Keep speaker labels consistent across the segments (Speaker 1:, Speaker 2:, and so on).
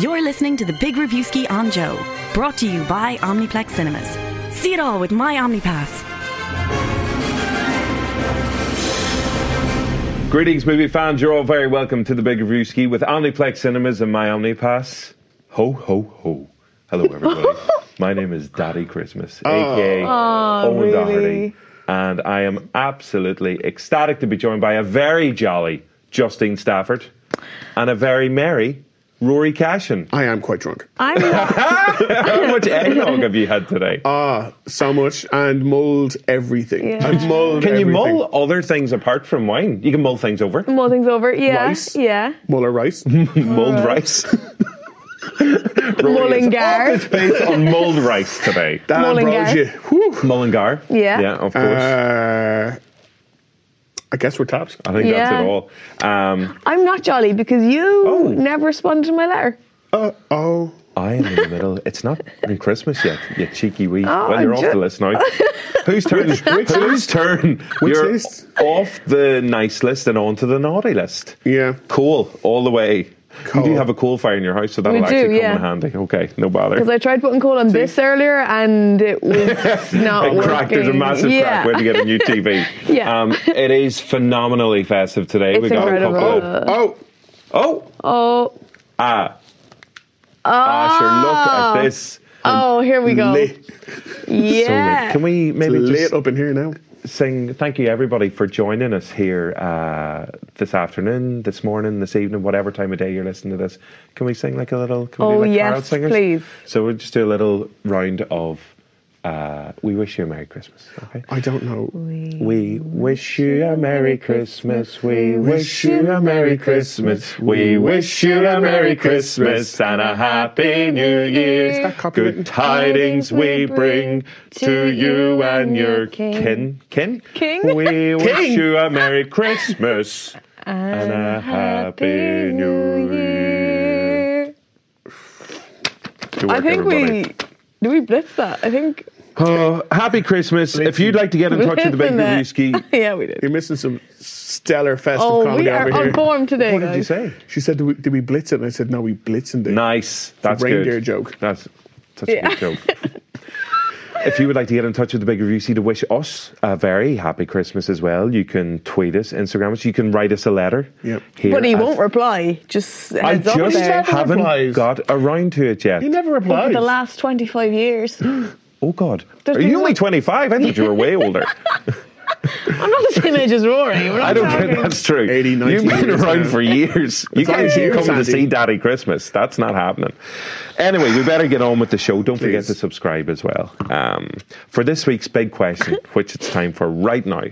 Speaker 1: You're listening to the Big Reviewski on Joe, brought to you by Omniplex Cinemas. See it all with my OmniPass.
Speaker 2: Greetings, movie fans. You're all very welcome to the Big Review Ski with Omniplex Cinemas and my Omnipass. Ho, ho, ho. Hello, everybody. my name is Daddy Christmas,
Speaker 3: Oh.
Speaker 2: aka Owen Doherty. And I am absolutely ecstatic to be joined by a very jolly Justine Stafford and a very merry Rory Cashin.
Speaker 3: I am quite drunk.
Speaker 4: I'm not,
Speaker 2: How much eggnog have you had today?
Speaker 3: Uh, So much and mulled everything.
Speaker 4: Yeah.
Speaker 3: I've mulled
Speaker 2: can you
Speaker 3: everything.
Speaker 2: mull other things apart from wine? You can mull things over.
Speaker 4: more things over. Yeah,
Speaker 3: Rice?
Speaker 4: yeah.
Speaker 3: Muller rice.
Speaker 2: mulled rice.
Speaker 4: Mullingar.
Speaker 2: It's based on mulled rice today.
Speaker 3: That
Speaker 4: Mullingar.
Speaker 3: ambrosia. Whew.
Speaker 2: Mullingar.
Speaker 4: Yeah.
Speaker 2: Yeah, of course.
Speaker 3: Uh, I guess we're tapped.
Speaker 2: I think
Speaker 4: yeah.
Speaker 2: that's it all. Um,
Speaker 4: I'm not jolly because you
Speaker 2: Oh.
Speaker 4: never responded to my letter.
Speaker 3: Uh, oh.
Speaker 2: I am in the middle. It's not even Christmas yet, you cheeky wee.
Speaker 4: Oh,
Speaker 2: well, you're
Speaker 4: I'm
Speaker 2: off the
Speaker 4: ju-
Speaker 2: list now. Whose turn? Whose turn?
Speaker 3: Which
Speaker 2: you're
Speaker 3: list?
Speaker 2: off the nice list and onto the naughty list.
Speaker 3: Yeah.
Speaker 2: Cool, all the way.
Speaker 3: Cool.
Speaker 2: You do have a coal fire in your house, so that'll
Speaker 4: do,
Speaker 2: actually come
Speaker 4: yeah.
Speaker 2: in handy. Okay, no bother.
Speaker 4: Because I tried putting coal on this earlier and it was not
Speaker 2: It cracked. There's a
Speaker 4: working.
Speaker 2: massive
Speaker 4: yeah.
Speaker 2: crack when you get a new TV.
Speaker 4: Yeah.
Speaker 2: Um, it is phenomenally festive today.
Speaker 4: It's
Speaker 2: a couple of.
Speaker 4: incredible.
Speaker 3: Oh.
Speaker 2: Oh!
Speaker 4: Oh,
Speaker 2: Ah! Ah, sure, look at this.
Speaker 4: oh, here we go.
Speaker 3: Late,
Speaker 2: So lit.
Speaker 4: Yeah.
Speaker 2: Can we maybe
Speaker 3: late
Speaker 2: just
Speaker 3: up in here now.
Speaker 2: sing thank you everybody for joining us here uh, this afternoon, this morning, this evening, whatever time of day you're listening to this? Can we sing like a little? Can we
Speaker 4: Oh,
Speaker 2: do like
Speaker 4: yes,
Speaker 2: carol singers?
Speaker 4: please.
Speaker 2: So we'll just do a little round of. Uh, we wish you a Merry Christmas. Okay.
Speaker 3: I don't know.
Speaker 2: We wish you a Merry Christmas. We wish you a Merry Christmas. We wish you a Merry Christmas and a Happy New Year.
Speaker 3: copyrighted?
Speaker 2: Good tidings we bring to you and your kin. Kin?
Speaker 4: King?
Speaker 2: We wish you a Merry Christmas and a Happy New Year. Good
Speaker 4: I
Speaker 2: work,
Speaker 4: think
Speaker 2: everybody.
Speaker 4: we. Do we blitz that? I think.
Speaker 2: Oh, happy Christmas. If you'd like to get in touch with the Big
Speaker 4: Isn't it?
Speaker 2: Review Ski,
Speaker 4: yeah, we did.
Speaker 3: You're missing some stellar festive
Speaker 4: Oh,
Speaker 3: comedy
Speaker 4: we are
Speaker 3: over
Speaker 4: on
Speaker 3: here.
Speaker 4: form today.
Speaker 2: what did you
Speaker 4: guys.
Speaker 2: say?
Speaker 3: She said, did we, did we blitz it? And I said, no, we blitzed it.
Speaker 2: Nice. That's
Speaker 3: reindeer
Speaker 2: good.
Speaker 3: joke.
Speaker 2: That's such
Speaker 4: Yeah.
Speaker 2: a good joke. If you would like to get in touch with the Big Review See to wish us a very happy Christmas as well, you can tweet us, Instagram us, you can write us a letter.
Speaker 3: Yep.
Speaker 2: here
Speaker 4: But he
Speaker 2: at-
Speaker 4: won't reply. Just
Speaker 2: I
Speaker 4: heads up
Speaker 2: just
Speaker 4: there.
Speaker 3: have-
Speaker 2: haven't
Speaker 3: replies.
Speaker 2: got around to it yet.
Speaker 3: You never
Speaker 4: Over
Speaker 3: replied.
Speaker 4: the last 25 years. I'm
Speaker 2: oh God,
Speaker 4: There's
Speaker 2: are
Speaker 4: been
Speaker 2: you only
Speaker 4: one-
Speaker 2: 25? I thought you were way older.
Speaker 4: not the same age as Rory. We're not
Speaker 2: I don't
Speaker 4: talking.
Speaker 2: think that's true.
Speaker 3: 80, 90
Speaker 2: You've been
Speaker 3: years
Speaker 2: around
Speaker 3: now.
Speaker 2: for years. You
Speaker 3: It's
Speaker 2: can't
Speaker 3: only
Speaker 2: keep
Speaker 3: years,
Speaker 2: coming to
Speaker 3: Andy.
Speaker 2: see Daddy Christmas. That's not happening. Anyway, we better get on with the show. Don't forget
Speaker 3: Please.
Speaker 2: to subscribe as well. Um, for this week's big question, which it's time for right now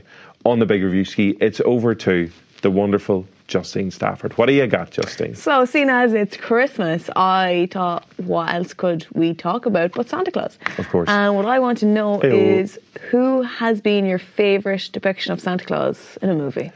Speaker 2: on the Big Review Ski, it's over to the wonderful Justine Stafford. What do you got, Justine?
Speaker 4: So, seeing as it's Christmas, I thought, what else could we talk about but Santa Claus?
Speaker 2: Of course.
Speaker 4: And what I want to know
Speaker 2: Hey-o.
Speaker 4: is who has been your favourite depiction of Santa Claus in a movie?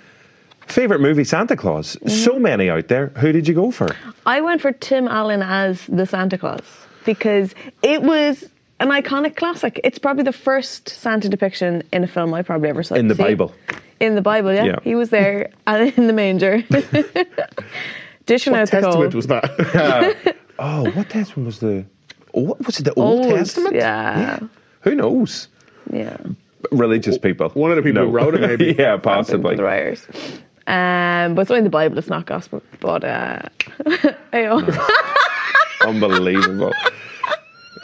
Speaker 2: Favorite movie, Santa Claus. So many out there. Who did you go for?
Speaker 4: I went for Tim Allen as the Santa Claus because it was an iconic classic. It's probably the first Santa depiction in a film I probably ever saw.
Speaker 2: In the
Speaker 4: See?
Speaker 2: Bible.
Speaker 4: In the Bible, yeah.
Speaker 2: Yeah.
Speaker 4: He was there and in the manger. Dishing
Speaker 3: What
Speaker 4: out the coal.
Speaker 3: testament was that?
Speaker 2: Oh, what testament was the? Oh, was it the Old,
Speaker 4: Old,
Speaker 2: Testament?
Speaker 4: yeah.
Speaker 2: Who knows?
Speaker 4: yeah.
Speaker 2: Religious people.
Speaker 3: One of the people who wrote it, maybe.
Speaker 2: yeah, possibly.
Speaker 4: the writers. Um, but it's only the Bible, it's not gospel. But uh, hey, oh.
Speaker 2: Unbelievable.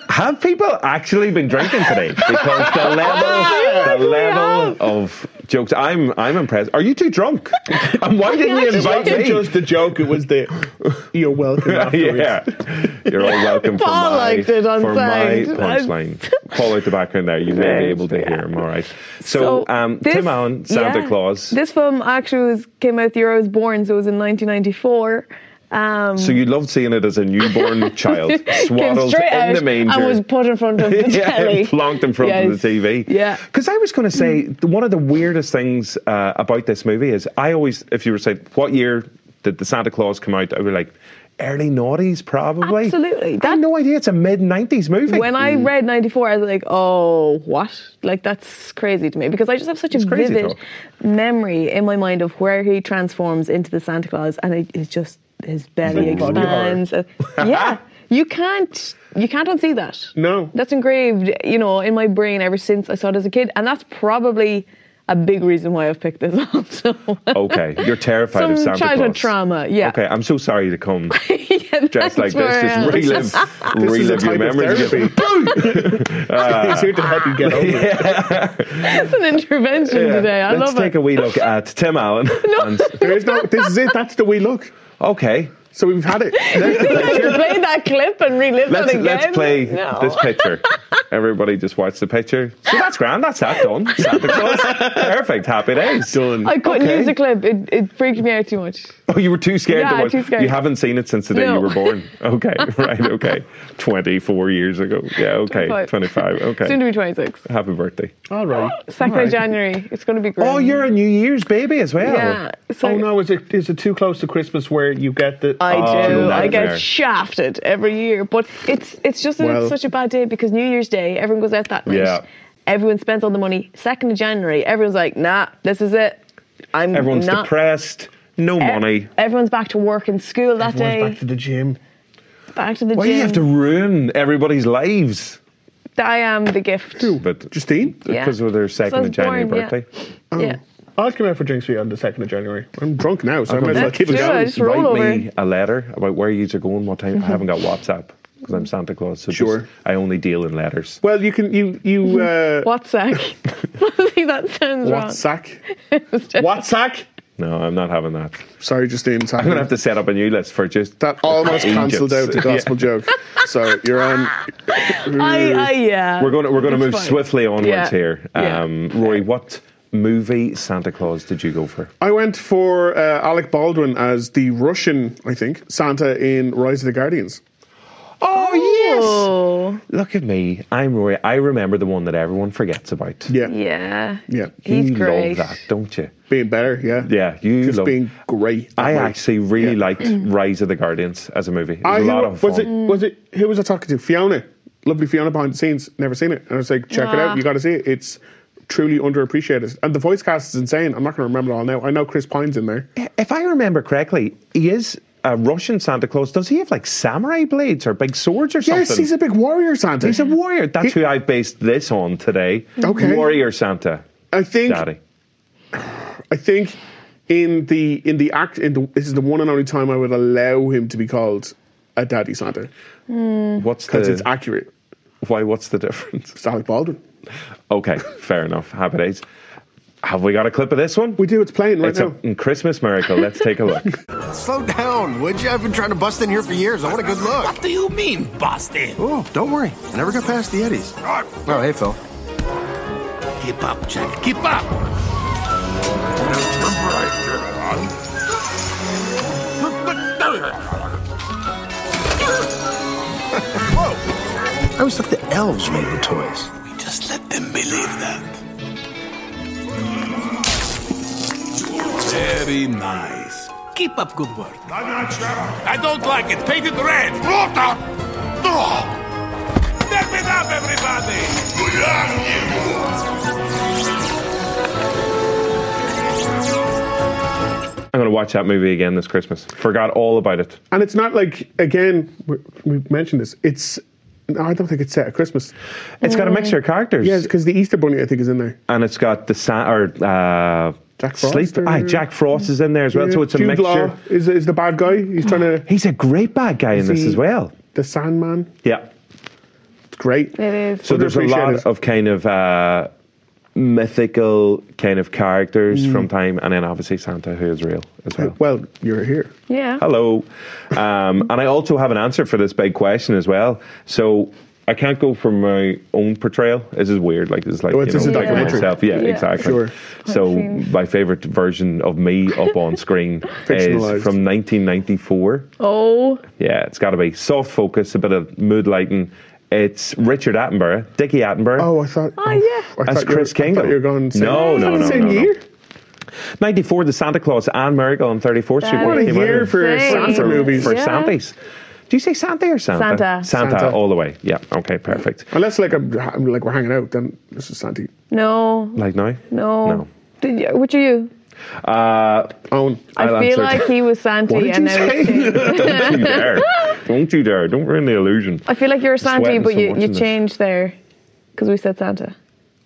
Speaker 2: Have people actually been drinking today? Because the level, the level of jokes, I'm, I'm impressed. Are you too drunk? And why didn't you
Speaker 4: actually
Speaker 2: invite
Speaker 3: It wasn't
Speaker 2: me?
Speaker 3: just the joke. It was the you're welcome afterwards.
Speaker 2: yeah, you're all welcome for
Speaker 4: Paul
Speaker 2: my,
Speaker 4: liked it on
Speaker 2: for
Speaker 4: side.
Speaker 2: my punchline. Paul out the background there, you may be able to hear him. All right. So, um,
Speaker 4: this-
Speaker 2: Tim Allen, Santa
Speaker 4: yeah.
Speaker 2: Claus.
Speaker 4: This film actually was, came out the year I was born, so it was in 1994. Um,
Speaker 2: so you loved seeing it as a newborn child
Speaker 4: came
Speaker 2: swaddled
Speaker 4: straight
Speaker 2: in
Speaker 4: out
Speaker 2: the manger.
Speaker 4: and was put in front of the
Speaker 2: yeah,
Speaker 4: telly.
Speaker 2: plonked in front
Speaker 4: Yes.
Speaker 2: of the TV.
Speaker 4: Yeah.
Speaker 2: Because I was going to say th- one of the weirdest things uh, about this movie is I always, if you were saying what year did the Santa Claus come out, I would be like early noughties probably.
Speaker 4: Absolutely.
Speaker 2: I had
Speaker 4: That-
Speaker 2: no idea it's a mid nineties movie.
Speaker 4: When I read 94, I was like, oh, what? Like, that's crazy to me because I just have such a
Speaker 2: crazy
Speaker 4: vivid
Speaker 2: talk.
Speaker 4: memory in my mind of where he transforms into the Santa Claus and it is just his belly
Speaker 3: Like Bobby
Speaker 4: expands. Uh, yeah, you can't you can't unsee that.
Speaker 3: No.
Speaker 4: that's engraved, you know, in my brain ever since I saw it as a kid, and that's probably a big reason why I've picked this up. So
Speaker 2: Okay, you're terrified
Speaker 4: some
Speaker 2: of Santa
Speaker 4: childhood
Speaker 2: Claus.
Speaker 4: trauma. Yeah,
Speaker 2: Okay, I'm so sorry to come
Speaker 4: yeah uh,
Speaker 2: dressed like this. Just
Speaker 4: really.
Speaker 2: relive,
Speaker 3: This is a
Speaker 2: relive your
Speaker 3: type of
Speaker 2: memories.
Speaker 3: therapy. He's here to help you get over it.
Speaker 4: That's an intervention
Speaker 2: Yeah,
Speaker 4: today. I
Speaker 2: Let's
Speaker 4: love
Speaker 2: take
Speaker 4: it.
Speaker 2: a wee look at Tim Allen. and-
Speaker 3: There is no. This is it. That's the way look.
Speaker 2: okay,
Speaker 3: So we've had it.
Speaker 4: play that clip and relive
Speaker 2: let's
Speaker 4: it again.
Speaker 2: let's play
Speaker 4: No.
Speaker 2: this picture. Everybody just watch the picture. So that's grand. That's that done. Santa Claus. Perfect. Happy days.
Speaker 3: Done.
Speaker 4: I couldn't
Speaker 2: Okay.
Speaker 4: use the clip. It, it freaked me out too much.
Speaker 2: Oh, you were too scared
Speaker 4: Yeah,
Speaker 2: to watch.
Speaker 4: too scared.
Speaker 2: You haven't seen it since the day
Speaker 4: No.
Speaker 2: you were born. Okay, right. Okay, twenty-four years ago. Yeah. Okay, twenty-five. okay.
Speaker 4: Soon to be 26.
Speaker 2: Happy birthday.
Speaker 3: All right.
Speaker 4: Second
Speaker 2: All
Speaker 4: of
Speaker 2: right.
Speaker 4: January. It's going to be great.
Speaker 2: Oh, you're a New Year's baby as well.
Speaker 4: Yeah. So
Speaker 3: Oh no, is it is it too close to Christmas where you get the?
Speaker 4: I do.
Speaker 2: Oh,
Speaker 4: I
Speaker 2: nightmare.
Speaker 4: get shafted every year, but it's it's just that
Speaker 3: Well-
Speaker 4: it's such a bad day because New Year's Day, everyone goes out that night.
Speaker 2: Yeah.
Speaker 4: Everyone spends all the money. Second of January, everyone's like, nah, this is it. I'm
Speaker 2: Everyone's
Speaker 4: not.
Speaker 2: depressed. No
Speaker 4: E-
Speaker 2: money.
Speaker 4: Everyone's back to work and school that
Speaker 3: Everyone's
Speaker 4: day.
Speaker 3: back to the gym.
Speaker 4: Back to the
Speaker 2: Why
Speaker 4: gym.
Speaker 2: do you have to ruin everybody's lives?
Speaker 4: I am the gift.
Speaker 2: But just
Speaker 3: Justine,
Speaker 4: Yeah.
Speaker 2: because of their second
Speaker 4: Sounds
Speaker 2: of January
Speaker 4: boring, yeah.
Speaker 2: birthday. Oh.
Speaker 4: Yeah.
Speaker 3: I'll come out for drinks with you on the second of January. I'm drunk now, so I might as well
Speaker 4: Let's
Speaker 3: keep it
Speaker 4: do
Speaker 3: going.
Speaker 4: it. Just roll
Speaker 2: Write me
Speaker 4: over.
Speaker 2: a letter about where you are going, what time. I haven't got WhatsApp because I'm Santa Claus. So just-
Speaker 3: Sure.
Speaker 2: I only deal in letters.
Speaker 3: Well, you can you you uh,
Speaker 4: What sack? See, that sounds wrong.
Speaker 3: WhatsApp. WhatsApp.
Speaker 2: No, I'm not having that.
Speaker 3: Sorry, Justine. I'm
Speaker 2: I'm gonna have to set up a new list for just
Speaker 3: That almost
Speaker 2: Ages.
Speaker 3: cancelled out the
Speaker 2: Yeah.
Speaker 3: gospel joke. So you're on.
Speaker 4: I, I, yeah.
Speaker 2: We're going to we're going to
Speaker 4: It's
Speaker 2: move
Speaker 4: fine.
Speaker 2: swiftly onwards
Speaker 4: Yeah.
Speaker 2: here.
Speaker 4: Yeah.
Speaker 2: Um, Rory, what movie Santa Claus did you go for?
Speaker 3: I went for uh, Alec Baldwin as the Russian, I think, Santa in Rise of the Guardians.
Speaker 2: Oh,
Speaker 4: Oh,
Speaker 2: Look at me, I'm Rory. I remember the one that everyone forgets about.
Speaker 3: Yeah,
Speaker 4: yeah.
Speaker 3: yeah,
Speaker 4: He's
Speaker 2: you
Speaker 4: great.
Speaker 2: love that, don't you?
Speaker 3: being better. Yeah,
Speaker 2: Yeah, you
Speaker 3: just
Speaker 2: love-
Speaker 3: being great.
Speaker 2: I
Speaker 3: Like,
Speaker 2: actually really liked Rise of the Guardians as a movie. It was
Speaker 3: I
Speaker 2: a
Speaker 3: who-
Speaker 2: lot of fun.
Speaker 3: was it was it who was I talking to? Fiona, lovely Fiona behind the scenes. Never seen it, and I was like, check it
Speaker 4: Wow.
Speaker 3: out. You got to see it. It's truly underappreciated, and the voice cast is insane. I'm not going to remember it all now. I know Chris Pine's in there.
Speaker 2: If I remember correctly, he is a Russian Santa Claus. Does he have like samurai blades or big swords or something?
Speaker 3: Yes, he's a big warrior Santa.
Speaker 2: He's a warrior. That's
Speaker 3: He-
Speaker 2: who I based this on today.
Speaker 3: Okay.
Speaker 2: Warrior Santa.
Speaker 3: I think
Speaker 2: Daddy.
Speaker 3: I think in the in the act in the, this is the one and only time I would allow him to be called a daddy Santa
Speaker 2: What's
Speaker 3: because it's
Speaker 2: the
Speaker 3: accurate.
Speaker 2: why? What's the difference?
Speaker 3: It's Alec Baldwin.
Speaker 2: Okay, fair enough. Happy days. Have we got a clip of this one?
Speaker 3: We do. It's playing right
Speaker 2: It's
Speaker 3: now.
Speaker 2: a Christmas miracle. Let's take a look.
Speaker 5: Slow down, would you? I've been trying to bust in here for years. I want a good look.
Speaker 6: What do you mean, busted?
Speaker 5: Oh, don't worry. I never got past the Eddies. Oh, hey, Phil.
Speaker 6: Keep up, Jack. Keep up.
Speaker 5: I always thought the elves made the toys.
Speaker 6: We just let them believe that. Very nice. Keep up good work. I'm not sure. I don't like it. Paint it red. Rota! No! Step it up, everybody! Good
Speaker 2: I'm going to watch that movie again this Christmas. Forgot all about it.
Speaker 3: And it's not like again we- we mentioned this. It's no, I don't think it's set at Christmas.
Speaker 2: It's got a mixture of characters.
Speaker 3: Yeah, because the Easter Bunny I think is in there.
Speaker 2: and it's got the sa- or uh,
Speaker 3: Jack Frost
Speaker 2: Sleep.
Speaker 3: or-
Speaker 2: Aye, Jack Frost is in there as well. So it's a
Speaker 3: Jude
Speaker 2: mixture.
Speaker 3: Law is is the bad guy. He's trying to
Speaker 2: He's a great bad guy in
Speaker 3: Is
Speaker 2: this
Speaker 3: he-
Speaker 2: as well.
Speaker 3: the Sandman.
Speaker 2: Yeah.
Speaker 3: It's great.
Speaker 4: It is.
Speaker 2: So there's a lot
Speaker 3: Underappreciated.
Speaker 2: of kind of uh, mythical kind of characters
Speaker 3: Mm.
Speaker 2: from time, and then obviously Santa, who is real as well.
Speaker 3: Oh, Well, you're here.
Speaker 4: Yeah.
Speaker 2: Hello. Um, and I also have an answer for this big question as well. So I can't go for my own portrayal. This is weird. Like this is like
Speaker 3: Oh, it's
Speaker 2: you
Speaker 3: just
Speaker 2: know,
Speaker 3: a
Speaker 2: like
Speaker 4: documentary.
Speaker 2: myself. Yeah,
Speaker 4: Yeah.
Speaker 2: exactly.
Speaker 3: Sure.
Speaker 2: So
Speaker 4: Cartoon.
Speaker 2: my favorite version of me up on screen is
Speaker 3: Fictionalized.
Speaker 2: from 1994.
Speaker 4: Oh,
Speaker 2: Yeah, it's got to be soft focus, a bit of mood lighting. It's Richard Attenborough, Dickie Attenborough.
Speaker 3: Oh, I thought.
Speaker 4: Oh, yeah.
Speaker 3: I
Speaker 2: That's
Speaker 3: thought you
Speaker 2: Chris
Speaker 3: were- I
Speaker 2: Kingle.
Speaker 3: thought you were going. Same,
Speaker 2: No, no,
Speaker 3: Is that
Speaker 2: no,
Speaker 3: the same
Speaker 2: no, no.
Speaker 3: year?
Speaker 2: 94, The Santa Claus and Miracle on 34th Street.
Speaker 4: That
Speaker 2: when
Speaker 3: What
Speaker 2: it
Speaker 3: a
Speaker 4: is
Speaker 2: came out.
Speaker 3: year for
Speaker 4: insane.
Speaker 3: Santa
Speaker 2: for,
Speaker 3: movies.
Speaker 2: for
Speaker 4: Yeah.
Speaker 2: Santas. Do you say Santa or Santa?
Speaker 4: Santa.
Speaker 2: Santa,
Speaker 3: Santa.
Speaker 2: all the way. Yeah, okay, perfect.
Speaker 3: Unless like I'm, I'm like we're hanging out, then this is Santi.
Speaker 4: no.
Speaker 2: Like now?
Speaker 4: No.
Speaker 2: No.
Speaker 4: Did you, which are you?
Speaker 2: Uh,
Speaker 3: Owen.
Speaker 2: I'll
Speaker 4: I feel
Speaker 2: answer.
Speaker 4: like he was Santa.
Speaker 2: What did
Speaker 4: and
Speaker 2: you
Speaker 4: I was
Speaker 2: say?
Speaker 4: Santa.
Speaker 2: don't you dare. Don't you dare. Don't ruin the illusion.
Speaker 4: I feel like you're Santa,
Speaker 2: Sweating
Speaker 4: but
Speaker 2: from
Speaker 4: you, you
Speaker 2: watching this.
Speaker 4: changed there because we said Santa.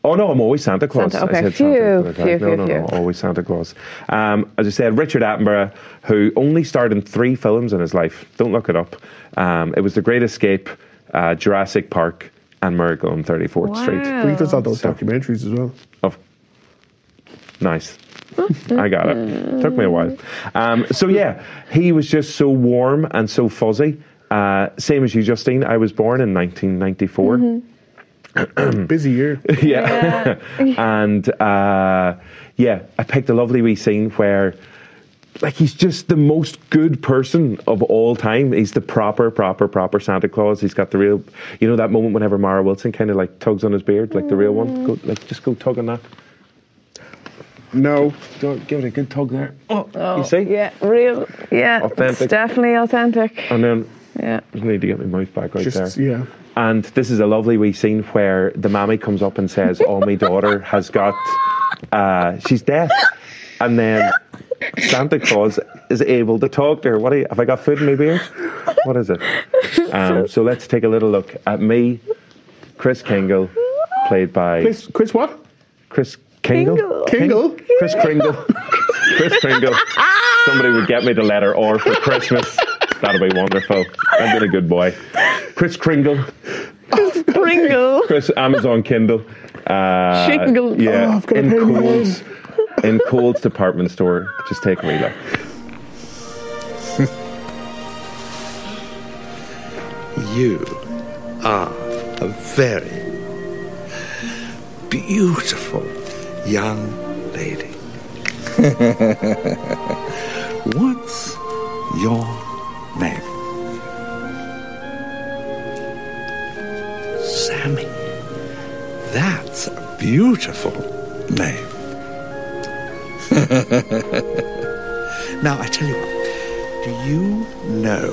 Speaker 2: Oh no, I'm always Santa Claus.
Speaker 4: Santa, okay.
Speaker 2: I said Santa.
Speaker 4: Phew,
Speaker 2: the other
Speaker 4: phew,
Speaker 2: time.
Speaker 4: phew,
Speaker 2: no, no, no,
Speaker 4: phew.
Speaker 2: always Santa Claus. Um, as I said, Richard Attenborough, who only starred in three films in his life. Don't look it up. Um, it was The Great Escape, uh, Jurassic Park, and Miracle on 34th Street.
Speaker 3: But he does all those documentaries as well.
Speaker 2: Of Oh, nice. I got it. Took me a while. Um, so yeah, he was just so warm and so fuzzy. Uh, same as you, Justine. I was born in 1994. Hmm.
Speaker 3: Busy year.
Speaker 2: yeah. and uh, yeah, I picked a lovely wee scene where, like, he's just the most good person of all time. He's the proper, proper, proper Santa Claus. He's got the real, you know, that moment whenever Mara Wilson kind of like tugs on his beard, like the real one. Go, like, just go tug on that.
Speaker 3: No.
Speaker 2: Go, give it a good tug there. Oh,
Speaker 4: Oh,
Speaker 2: you see?
Speaker 4: Yeah, real. Yeah,
Speaker 2: Authentic.
Speaker 4: it's definitely authentic.
Speaker 2: And then
Speaker 4: Yeah.
Speaker 2: I need to get my mouth back right
Speaker 3: Just,
Speaker 2: there.
Speaker 3: yeah.
Speaker 2: And this is a lovely wee scene where the mammy comes up and says, "Oh, my daughter has got, uh, she's deaf," and then Santa Claus is able to talk to her. What are you, have I got food in my beard? What is it? Um, so let's take a little look at me, Chris Kingle, played by
Speaker 3: Chris, Chris what?
Speaker 2: Chris Kingle.
Speaker 4: Kingle.
Speaker 2: King-
Speaker 3: Kingle?
Speaker 2: Chris Kringle. Chris Kringle. Somebody would get me the letter R for Christmas. That'll be wonderful. I've been a good boy. Chris Kringle.
Speaker 4: Pringle.
Speaker 2: Chris Amazon Kindle. Uh,
Speaker 4: Shingles.
Speaker 2: Yeah.
Speaker 3: Oh, I've got
Speaker 2: in
Speaker 3: a pain in my
Speaker 2: Coles. In Coles department store. Just take me look.
Speaker 7: You are a very beautiful young lady. What's your name? Sammy. That's a beautiful name. now, I tell you what, do you know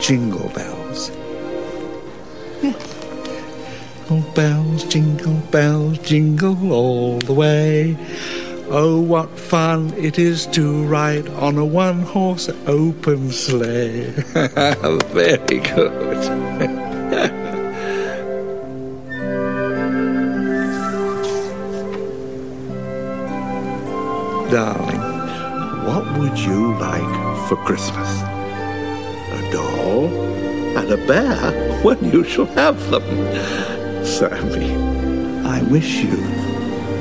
Speaker 7: jingle bells. Jingle bells, jingle bells, jingle all the way. Oh, what fun it is to ride on a one horse open sleigh. Very good. Darling, what would you like for Christmas? a doll, and a bear when you shall have them. Sammy, I wish you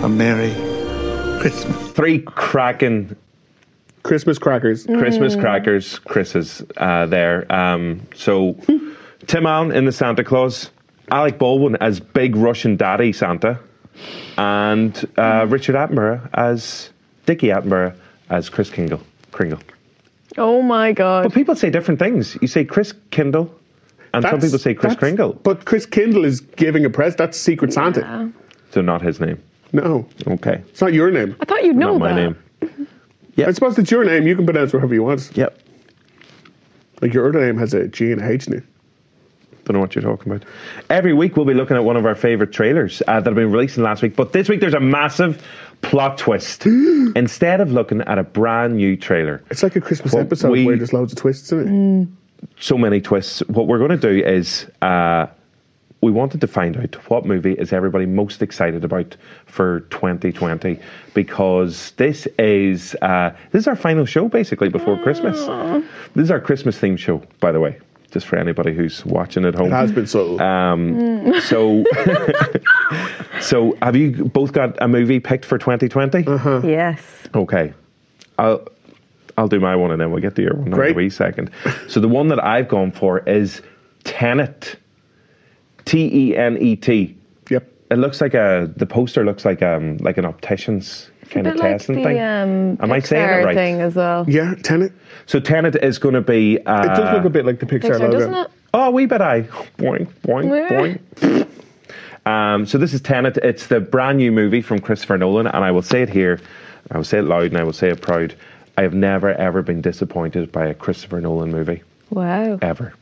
Speaker 7: a Merry Christmas.
Speaker 2: Three cracking
Speaker 3: Christmas crackers.
Speaker 2: Christmas crackers, Chris's uh, there. Um, so Tim Allen in the Santa Claus, Alec Baldwin as Big Russian Daddy Santa, and uh, Richard Attenborough as Dickie Attenborough as Chris Kingle. Kringle.
Speaker 4: Oh my
Speaker 2: But
Speaker 4: god.
Speaker 2: people say different things. You say Chris Kindle, and some
Speaker 3: That's-
Speaker 2: people say Chris
Speaker 3: that's-
Speaker 2: Kringle.
Speaker 3: But Chris Kindle is giving a press. That's Secret Santa.
Speaker 2: so not his name.
Speaker 3: No.
Speaker 2: Okay.
Speaker 3: It's not your name.
Speaker 4: I thought you'd know
Speaker 2: not my
Speaker 4: that.
Speaker 2: name.
Speaker 3: I suppose it's your name. You can pronounce whatever you want.
Speaker 2: Yep.
Speaker 3: Like your other name has a G and a H in it.
Speaker 2: Don't know what you're talking about. Every week we'll be looking at one of our favourite trailers uh, that have been released in last week, but this week there's a massive plot twist. Instead of looking at a brand new trailer,
Speaker 3: It's like a Christmas
Speaker 2: Well,
Speaker 3: episode
Speaker 2: we- Mm.
Speaker 3: where there's loads of twists in it.
Speaker 2: so many twists, what we're going to do is uh, we wanted to find out what movie is everybody most excited about for 2020 because this is uh, this is our final show basically before Christmas. This is our Christmas themed show, by the way. Just for anybody who's watching at home,
Speaker 3: It has been subtle.
Speaker 2: Uh, So, so have you both got a movie picked for 2020?
Speaker 3: Uh-huh.
Speaker 4: Yes.
Speaker 2: Okay, I'll I'll do my one and then we'll get to your one in
Speaker 3: Great.
Speaker 2: a wee second. So the one that I've gone for is Tenet. T E N E T.
Speaker 3: yep.
Speaker 2: It looks like a the poster looks like um like an optician's kind
Speaker 4: a
Speaker 2: of
Speaker 4: bit like
Speaker 2: testing
Speaker 4: the,
Speaker 2: thing.
Speaker 4: um,
Speaker 2: Am I saying
Speaker 4: Pixar
Speaker 2: it right?
Speaker 4: thing as well.
Speaker 3: Yeah, Tenet.
Speaker 2: So Tenet is going to be. Uh,
Speaker 3: It does look a bit like the Pixar,
Speaker 4: Pixar,
Speaker 3: logo.
Speaker 4: doesn't it?
Speaker 2: Oh, wee bit I. Boing, boing, boing. um, so this is Tenet. It's the brand new movie from Christopher Nolan, and I will say it here, I will say it loud, and I will say it proud. I have never ever been disappointed by a Christopher Nolan movie
Speaker 4: Wow.
Speaker 2: ever.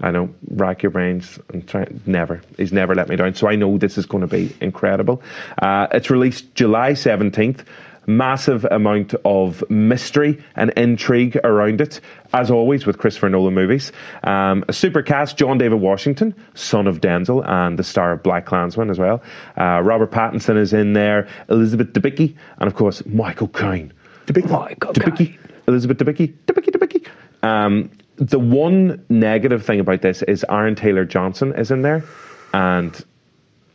Speaker 2: I know, rack your brains and try. Never, he's never let me down. So I know this is going to be incredible. Uh, it's released July seventeenth. massive amount of mystery and intrigue around it, as always with Christopher Nolan movies. Um, a super cast John David Washington, son of Denzel, and the star of Black Klansman as well. Uh, Robert Pattinson is in there, Elizabeth Debicki, and of course, Michael Caine.
Speaker 3: Debicki.
Speaker 2: Michael Debicki. Elizabeth Debicki. Debicki, Debicki. Um, the one negative thing about this is Aaron Taylor Johnson is in there, and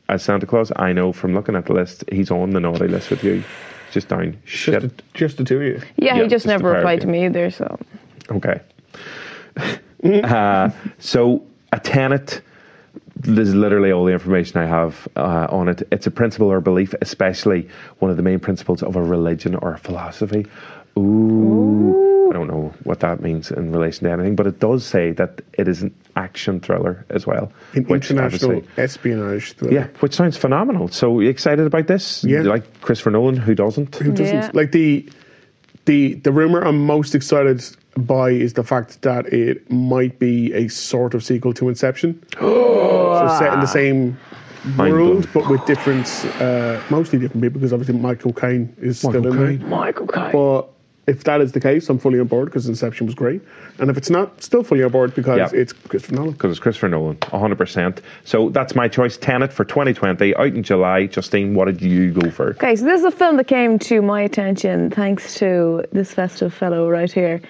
Speaker 2: as Santa Claus, I know from looking at the list, he's on the naughty list with you. Just down shit.
Speaker 3: Just, the- just the two of you.
Speaker 4: Yeah,
Speaker 2: Yeah,
Speaker 4: he
Speaker 2: just
Speaker 4: just
Speaker 2: the
Speaker 4: never
Speaker 2: priority.
Speaker 4: replied to me either. So
Speaker 2: Okay. uh, so, a tenet. This is literally all the information I have uh, on it. It's a principle or belief, especially one of the main principles of a religion or a philosophy. Ooh, I don't know what that means in relation to anything, but it does say that it is an action thriller as well.
Speaker 3: An
Speaker 2: which
Speaker 3: international
Speaker 2: obviously-
Speaker 3: espionage thriller.
Speaker 2: Yeah, which sounds phenomenal. So, you excited about this?
Speaker 3: Yeah.
Speaker 2: Like Christopher Nolan, who doesn't?
Speaker 3: Who doesn't?
Speaker 4: Yeah.
Speaker 3: Like the the the rumor I'm most excited by is the fact that it might be a sort of sequel to Inception. so set in the same
Speaker 2: Mind
Speaker 3: world, but with different, uh, mostly different people, because obviously Michael Caine is still in there.
Speaker 4: Michael Caine.
Speaker 3: But if that is the case, I'm fully on board because Inception was great, and if it's not, still fully on board because
Speaker 2: Yeah.
Speaker 3: it's Christopher Nolan.
Speaker 2: because it's Christopher Nolan, 100%. So that's my choice. Tenet for 2020, out in July. Justine, what did you go for?
Speaker 4: Okay, so this is a film that came to my attention thanks to this festive fellow right here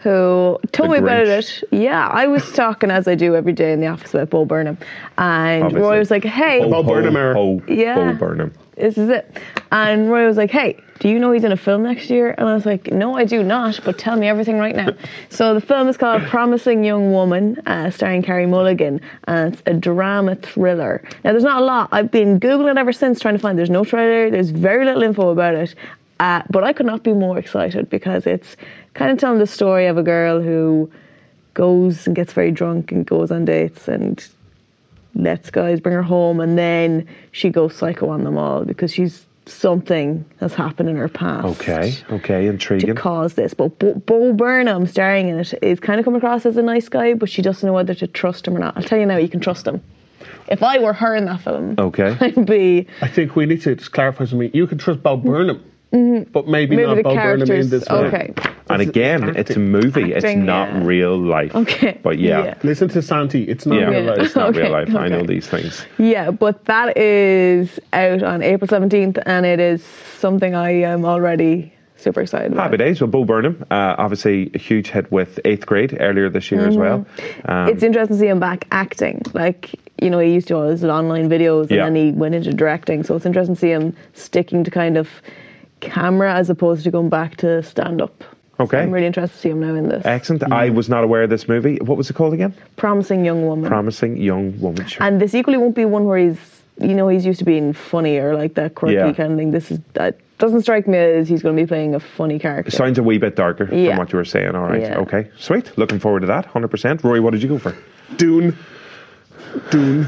Speaker 4: who told
Speaker 2: The
Speaker 4: me about
Speaker 2: Grinch.
Speaker 4: it. Yeah, I was talking as I do every day in the office about Bo Burnham. And Roy
Speaker 2: Obviously.
Speaker 4: was like, hey,
Speaker 2: Bo
Speaker 3: Bo Burnham
Speaker 2: Ho,
Speaker 3: era.
Speaker 2: Ho,
Speaker 4: Yeah.
Speaker 2: Bo Burnham.
Speaker 4: this is it. And Roy was like, hey, do you know he's in a film next year? And I was like, no, I do not, but tell me everything right now. So the film is called Promising Young Woman, uh, starring Carrie Mulligan, and it's a drama thriller. Now, there's not a lot. I've been Googling ever since trying to find, there's no trailer, there's very little info about it. Uh, but I could not be more excited because it's kind of telling the story of a girl who goes and gets very drunk and goes on dates and lets guys bring her home and then she goes psycho on them all because she's something has happened in her past
Speaker 2: Okay, okay,
Speaker 4: to
Speaker 2: intriguing.
Speaker 4: cause this but Bo, Bo Burnham starring in it is kind of come across as a nice guy but she doesn't know whether to trust him or not I'll tell you now you can trust him if I were her in that film
Speaker 2: Okay.
Speaker 4: I'd be
Speaker 3: I think we need to just clarify something. You can trust Bob Burnham, but maybe,
Speaker 4: Mm-hmm. maybe
Speaker 3: not
Speaker 4: the
Speaker 3: Bob Burnham in
Speaker 4: characters
Speaker 3: this film.
Speaker 4: okay
Speaker 2: And again, it's a movie, it's
Speaker 4: Acting,
Speaker 2: not
Speaker 4: yeah.
Speaker 2: real life.
Speaker 4: Okay,
Speaker 2: But yeah.
Speaker 4: yeah.
Speaker 3: Listen to Santi. It's not
Speaker 2: Yeah,
Speaker 3: real life.
Speaker 2: it's not real
Speaker 4: Okay,
Speaker 2: life. I know
Speaker 4: okay.
Speaker 2: these things.
Speaker 4: Yeah, but that is out on April 17th, and it is something I am already super excited about.
Speaker 2: Happy days with Bo Burnham. Uh, obviously, a huge hit with Eighth Grade earlier this year as well. Um,
Speaker 4: Mm-hmm. it's interesting to see him back acting. Like, you know, he used to do all his online videos and
Speaker 2: Yeah.
Speaker 4: then he went into directing. So it's interesting to see him sticking to kind of camera as opposed to going back to stand up.
Speaker 2: Okay.
Speaker 4: I'm really interested to see him now in this.
Speaker 2: Excellent. I was not aware of this movie. What was it called again?
Speaker 4: Promising young woman.
Speaker 2: Promising Young Woman. Sure.
Speaker 4: and this equally won't be one where he's, you know, he's used to being funny or like that quirky
Speaker 2: Yeah.
Speaker 4: kind of thing. This is, that doesn't strike me as he's going to be playing a funny character.
Speaker 2: Sounds a wee bit darker from
Speaker 4: Yeah.
Speaker 2: what you were saying. All right.
Speaker 4: Yeah.
Speaker 2: Okay. Sweet. Looking forward to that. 100%. Rory, what did you go for?
Speaker 3: Dune. Dune.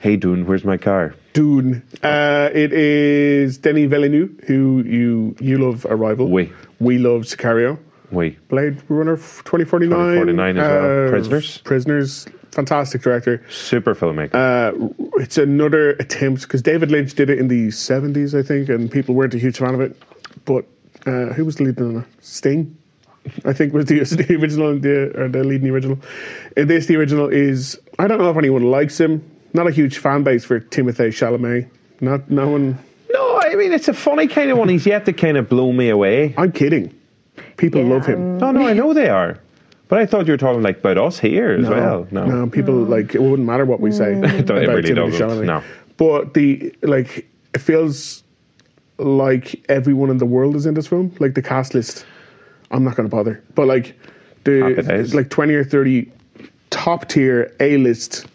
Speaker 2: Hey, Dune, where's my car?
Speaker 3: Dune. Uh, it is Denis Villeneuve, who you you love Arrival.
Speaker 2: We.
Speaker 3: we love Sicario.
Speaker 2: We.
Speaker 3: Blade Runner f- 2049.
Speaker 2: 2049 as well. Prisoners.
Speaker 3: Prisoners. Fantastic director.
Speaker 2: Super filmmaker.
Speaker 3: Uh, it's another attempt because David Lynch did it in the 70s, I think, and people weren't a huge fan of it. But uh, who was the leading on it? Sting, I think, was the, the original and the, or the leading original. And this, the original is I don't know if anyone likes him. Not a huge fan base for Timothy Chalamet. Not no one.
Speaker 2: no, I mean, it's a funny kind of one. He's yet to kind of blow me away. Oh,
Speaker 3: I'm kidding. People
Speaker 4: Yeah,
Speaker 3: love him.
Speaker 2: No, no, I know they are. But I thought you were talking like about us here as well. No.
Speaker 3: people like it wouldn't matter what we say.
Speaker 4: Mm.
Speaker 2: It don't- it
Speaker 3: about
Speaker 2: really
Speaker 3: Timothée
Speaker 2: doesn't,
Speaker 3: Chalamet.
Speaker 2: no.
Speaker 3: But the like it feels like everyone in the world is in this film. Like the cast list, I'm not going to bother. But like
Speaker 2: Happy days.
Speaker 3: the like 20 or 30 top tier A list,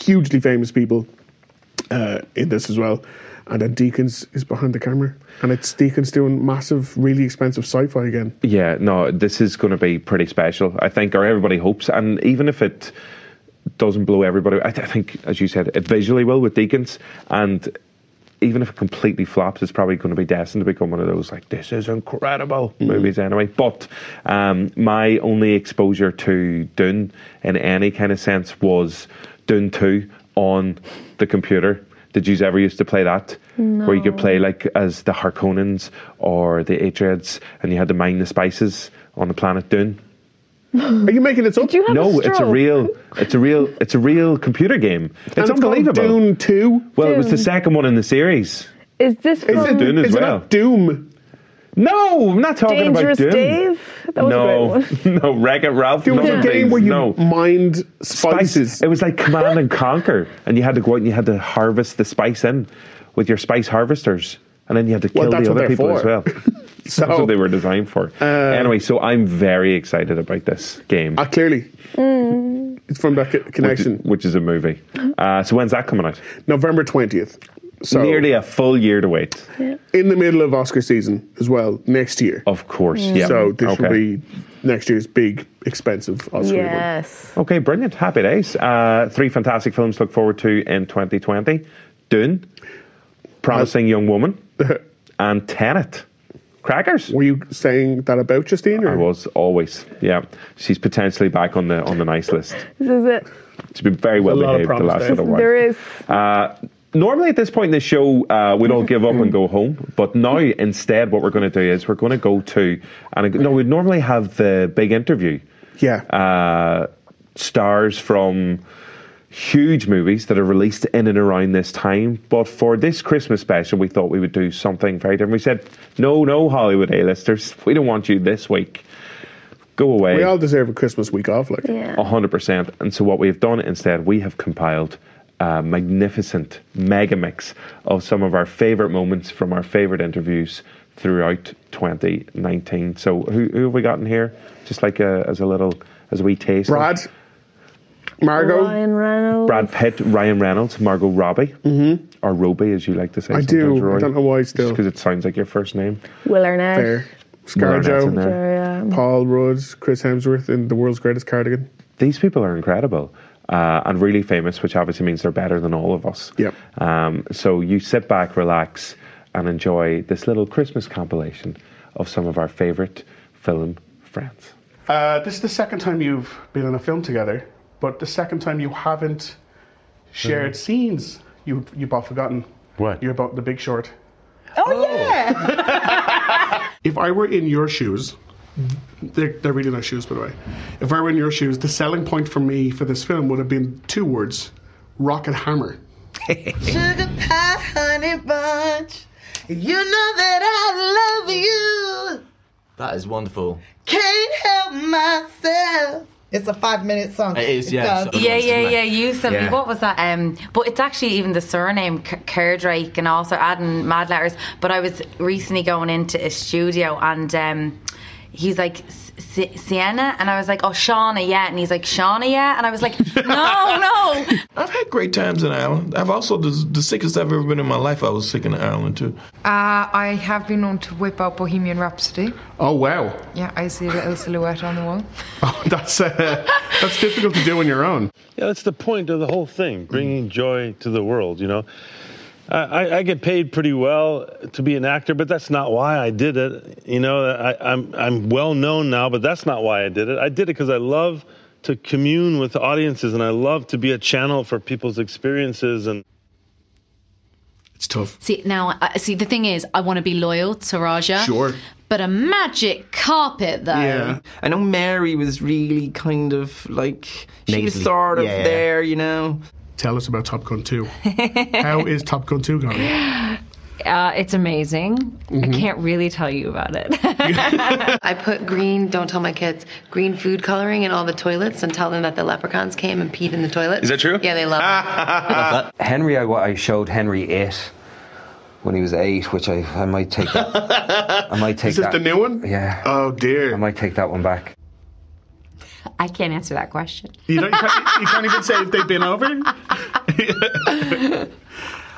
Speaker 3: hugely famous people uh, in this as well. And then Deacons is behind the camera, and it's Deacons doing massive, really expensive sci-fi again.
Speaker 2: Yeah, no, this is going to be pretty special, I think, or everybody hopes. And even if it doesn't blow everybody, I, th- I think, as you said, it visually will with Deacons. And even if it completely flops, it's probably going to be destined to become one of those, like, this is incredible
Speaker 8: Mm-hmm.
Speaker 2: movies anyway. But um, my only exposure to Dune in any kind of sense was Dune 2 on the computer. Did you ever used to play that? Where you could play like as the Harkonnens or the Atreids and you had to mine the spices on the planet Dune?
Speaker 8: Are you making this up?
Speaker 4: Did you have
Speaker 2: no,
Speaker 4: a
Speaker 2: it's a
Speaker 4: stroke?
Speaker 2: real it's a real it's a real computer game. It's
Speaker 8: And it's called
Speaker 2: unbelievable.
Speaker 8: Dune Two.
Speaker 2: Well, it was the
Speaker 4: Dune.
Speaker 2: second one in the series.
Speaker 4: Is this from
Speaker 8: Is it
Speaker 2: Dune
Speaker 8: Um,
Speaker 2: as
Speaker 8: is it
Speaker 2: well.
Speaker 8: not Doom?
Speaker 2: No, I'm not talking
Speaker 4: Dangerous
Speaker 2: about Dune.
Speaker 4: Dave? That was
Speaker 2: no,
Speaker 4: a great one.
Speaker 2: no, Wreck It Ralph.
Speaker 8: Doom was
Speaker 2: none
Speaker 8: a
Speaker 2: of
Speaker 8: game
Speaker 2: these,
Speaker 8: where you
Speaker 2: no.
Speaker 8: mined spices.
Speaker 2: It was like command and conquer, and you had to go out and you had to harvest the spice in with your spice harvesters, and then you had to
Speaker 8: Well,
Speaker 2: kill
Speaker 8: that's
Speaker 2: the
Speaker 8: what
Speaker 2: other
Speaker 8: they're for.
Speaker 2: people as well. that's
Speaker 8: So um,
Speaker 2: what they were designed for. anyway, so I'm very excited about this game,
Speaker 8: ah,
Speaker 2: which-
Speaker 8: clearly,
Speaker 4: Mm.
Speaker 8: it's from that co- connection.
Speaker 2: which, is a movie. Uh, so when's that coming out?
Speaker 8: November twentieth. So
Speaker 2: Nearly a full year to wait.
Speaker 8: in the middle of Oscar season as well next year.
Speaker 2: Of course, Oh, yeah.
Speaker 8: Mm. So this
Speaker 2: okay.
Speaker 8: will be next year's big, expensive Oscar. Award.
Speaker 4: Yes.
Speaker 2: Okay, brilliant. Happy days. Uh, three fantastic films to look forward to in 2020 Dune, Promising Young Woman, and Tenet. Crackers.
Speaker 8: Were you saying that about Justine? Or?
Speaker 2: I was always, yeah. She's potentially back on the on the nice list.
Speaker 4: This is it.
Speaker 2: She's been very well
Speaker 8: a lot of
Speaker 2: behaved the
Speaker 8: promise
Speaker 2: last
Speaker 8: there.
Speaker 2: little while.
Speaker 4: There is.
Speaker 2: Uh, normally, at this point in the show, uh, we'd all give up and go home. But now, instead, what we're going to do is we're going to go to, and no, we'd normally have the big interview.
Speaker 8: Yeah.
Speaker 2: Uh, stars from huge movies that are released in and around this time. But for this Christmas special, we thought we would do something very different. We said, no, no, Hollywood A-listers, we don't want you this week. Go away.
Speaker 8: we all deserve a Christmas week off. Like,
Speaker 4: Yeah.
Speaker 2: A hundred percent. And so what we have done instead, we have compiled a magnificent mega mix of some of our favourite moments from our favourite interviews throughout 2019. So who, who have we got in here? Just like a, as a little as a wee taste.
Speaker 8: Brad, Margot.
Speaker 4: Ryan Reynolds.
Speaker 2: Brad Pitt, Ryan Reynolds, Margot Robbie, mm-hmm. or Roby as you like to say.
Speaker 8: I
Speaker 2: sometimes,
Speaker 8: do. I
Speaker 2: Rory.
Speaker 8: don't know why still.
Speaker 2: because it sounds like your first name.
Speaker 4: Will Arnett.
Speaker 8: there,
Speaker 2: Well, that's in
Speaker 8: ScarJo,
Speaker 2: there.
Speaker 4: There, yeah.
Speaker 8: Paul Rudd, Chris Hemsworth in the world's greatest cardigan.
Speaker 2: these people are incredible uh, and really famous, which obviously means they're better than all of us.
Speaker 8: Yep.
Speaker 2: Um, so you sit back, relax, and enjoy this little Christmas compilation of some of our favourite film friends.
Speaker 3: Uh, this is the second time you've been in a film together, but the second time you haven't shared scenes. You you both forgotten.
Speaker 9: What?
Speaker 3: You're about the Big Short.
Speaker 7: Oh, yeah.
Speaker 3: If I were in your shoes, they're, they're really nice shoes, by the way. If I were in your shoes, the selling point for me for this film would have been two words: rocket hammer.
Speaker 7: Sugar pie, honey bunch. You know that I love you.
Speaker 10: That is wonderful.
Speaker 7: Can't help myself. It's a five minute song.
Speaker 10: It is, yeah,
Speaker 7: Uh,
Speaker 10: so-
Speaker 7: yeah.
Speaker 6: Yeah, yeah, yeah. You simply.
Speaker 2: Yeah.
Speaker 6: What was that? Um, but it's actually even the surname K- Kerdrake and also adding mad letters. But I was recently going into a studio and um, he's like "S- S- Sienna, and I was like, oh Shauna, yeah, and he's like Shauna, yeah, and I was like, no, no.
Speaker 9: I've had great times in Ireland. I've also the, the sickest I've ever been in my life. I was sick in Ireland too.
Speaker 6: Uh, I have been known to whip out Bohemian Rhapsody.
Speaker 3: Oh wow,
Speaker 6: Yeah, I see a little silhouette on the wall.
Speaker 3: that's uh, that's difficult to do on your own.
Speaker 9: Yeah, that's the point of the whole thing, bringing joy to the world. You know, I, I, I get paid pretty well to be an actor, but that's not why I did it. You know, I, I'm I'm well known now, but that's not why I did it. I did it because I love to commune with audiences, and I love to be a channel for people's experiences. And
Speaker 3: It's tough.
Speaker 7: See, now, uh, see, the thing is, I want to be loyal to Raja.
Speaker 3: Sure.
Speaker 7: But a magic carpet, though.
Speaker 3: Yeah.
Speaker 10: I know Mary was really kind of like she was sort of there, you know.
Speaker 3: Tell us about Top Gun 2. How is Top Gun 2 going?
Speaker 6: Uh, it's amazing. I can't really tell you about it.
Speaker 7: I put green, don't tell my kids, green food coloring in all the toilets and tell them that the leprechauns came and peed in the toilet. Is that true? Ah, Yeah, they love it.
Speaker 10: Henry, I, I showed Henry it when he was eight, which I, I might take. That, I might take
Speaker 3: Is this the new one?
Speaker 10: Yeah.
Speaker 3: Oh dear.
Speaker 10: might take that one back.
Speaker 6: I can't answer that question.
Speaker 3: You, don't, you, can't, you can't even say if they've been over.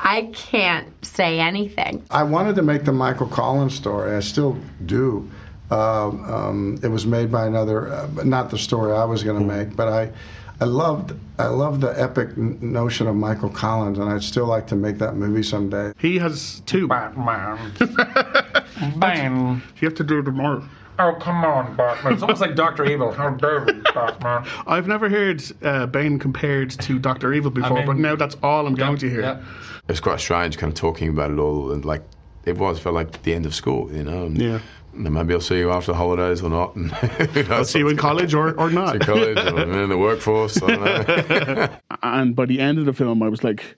Speaker 6: I can't say anything.
Speaker 11: I wanted to make the Michael Collins story. I still do. Um, um, it was made by another, uh, but not the story I was going to make. But I, I loved, I loved the epic n- notion of Michael Collins, and I'd still like to make that movie someday.
Speaker 3: He has two. Batman. Bam. You have to do it tomorrow.
Speaker 12: Oh, come on, Batman. It's almost like Dr. Evil. How dare you, Batman?
Speaker 3: I've never heard uh, Bane compared to Doctor Evil before,
Speaker 12: mean-
Speaker 3: but now that's all I'm going to hear.
Speaker 6: It was quite strange, kind of talking about it all, and like it was felt like the end of school, you know. And,
Speaker 3: Yeah.
Speaker 6: and maybe I'll see you after the holidays or not. And I'll
Speaker 3: see you in college or, or not.
Speaker 6: in college or in the workforce. I don't know.
Speaker 13: and by the end of the film, I was like,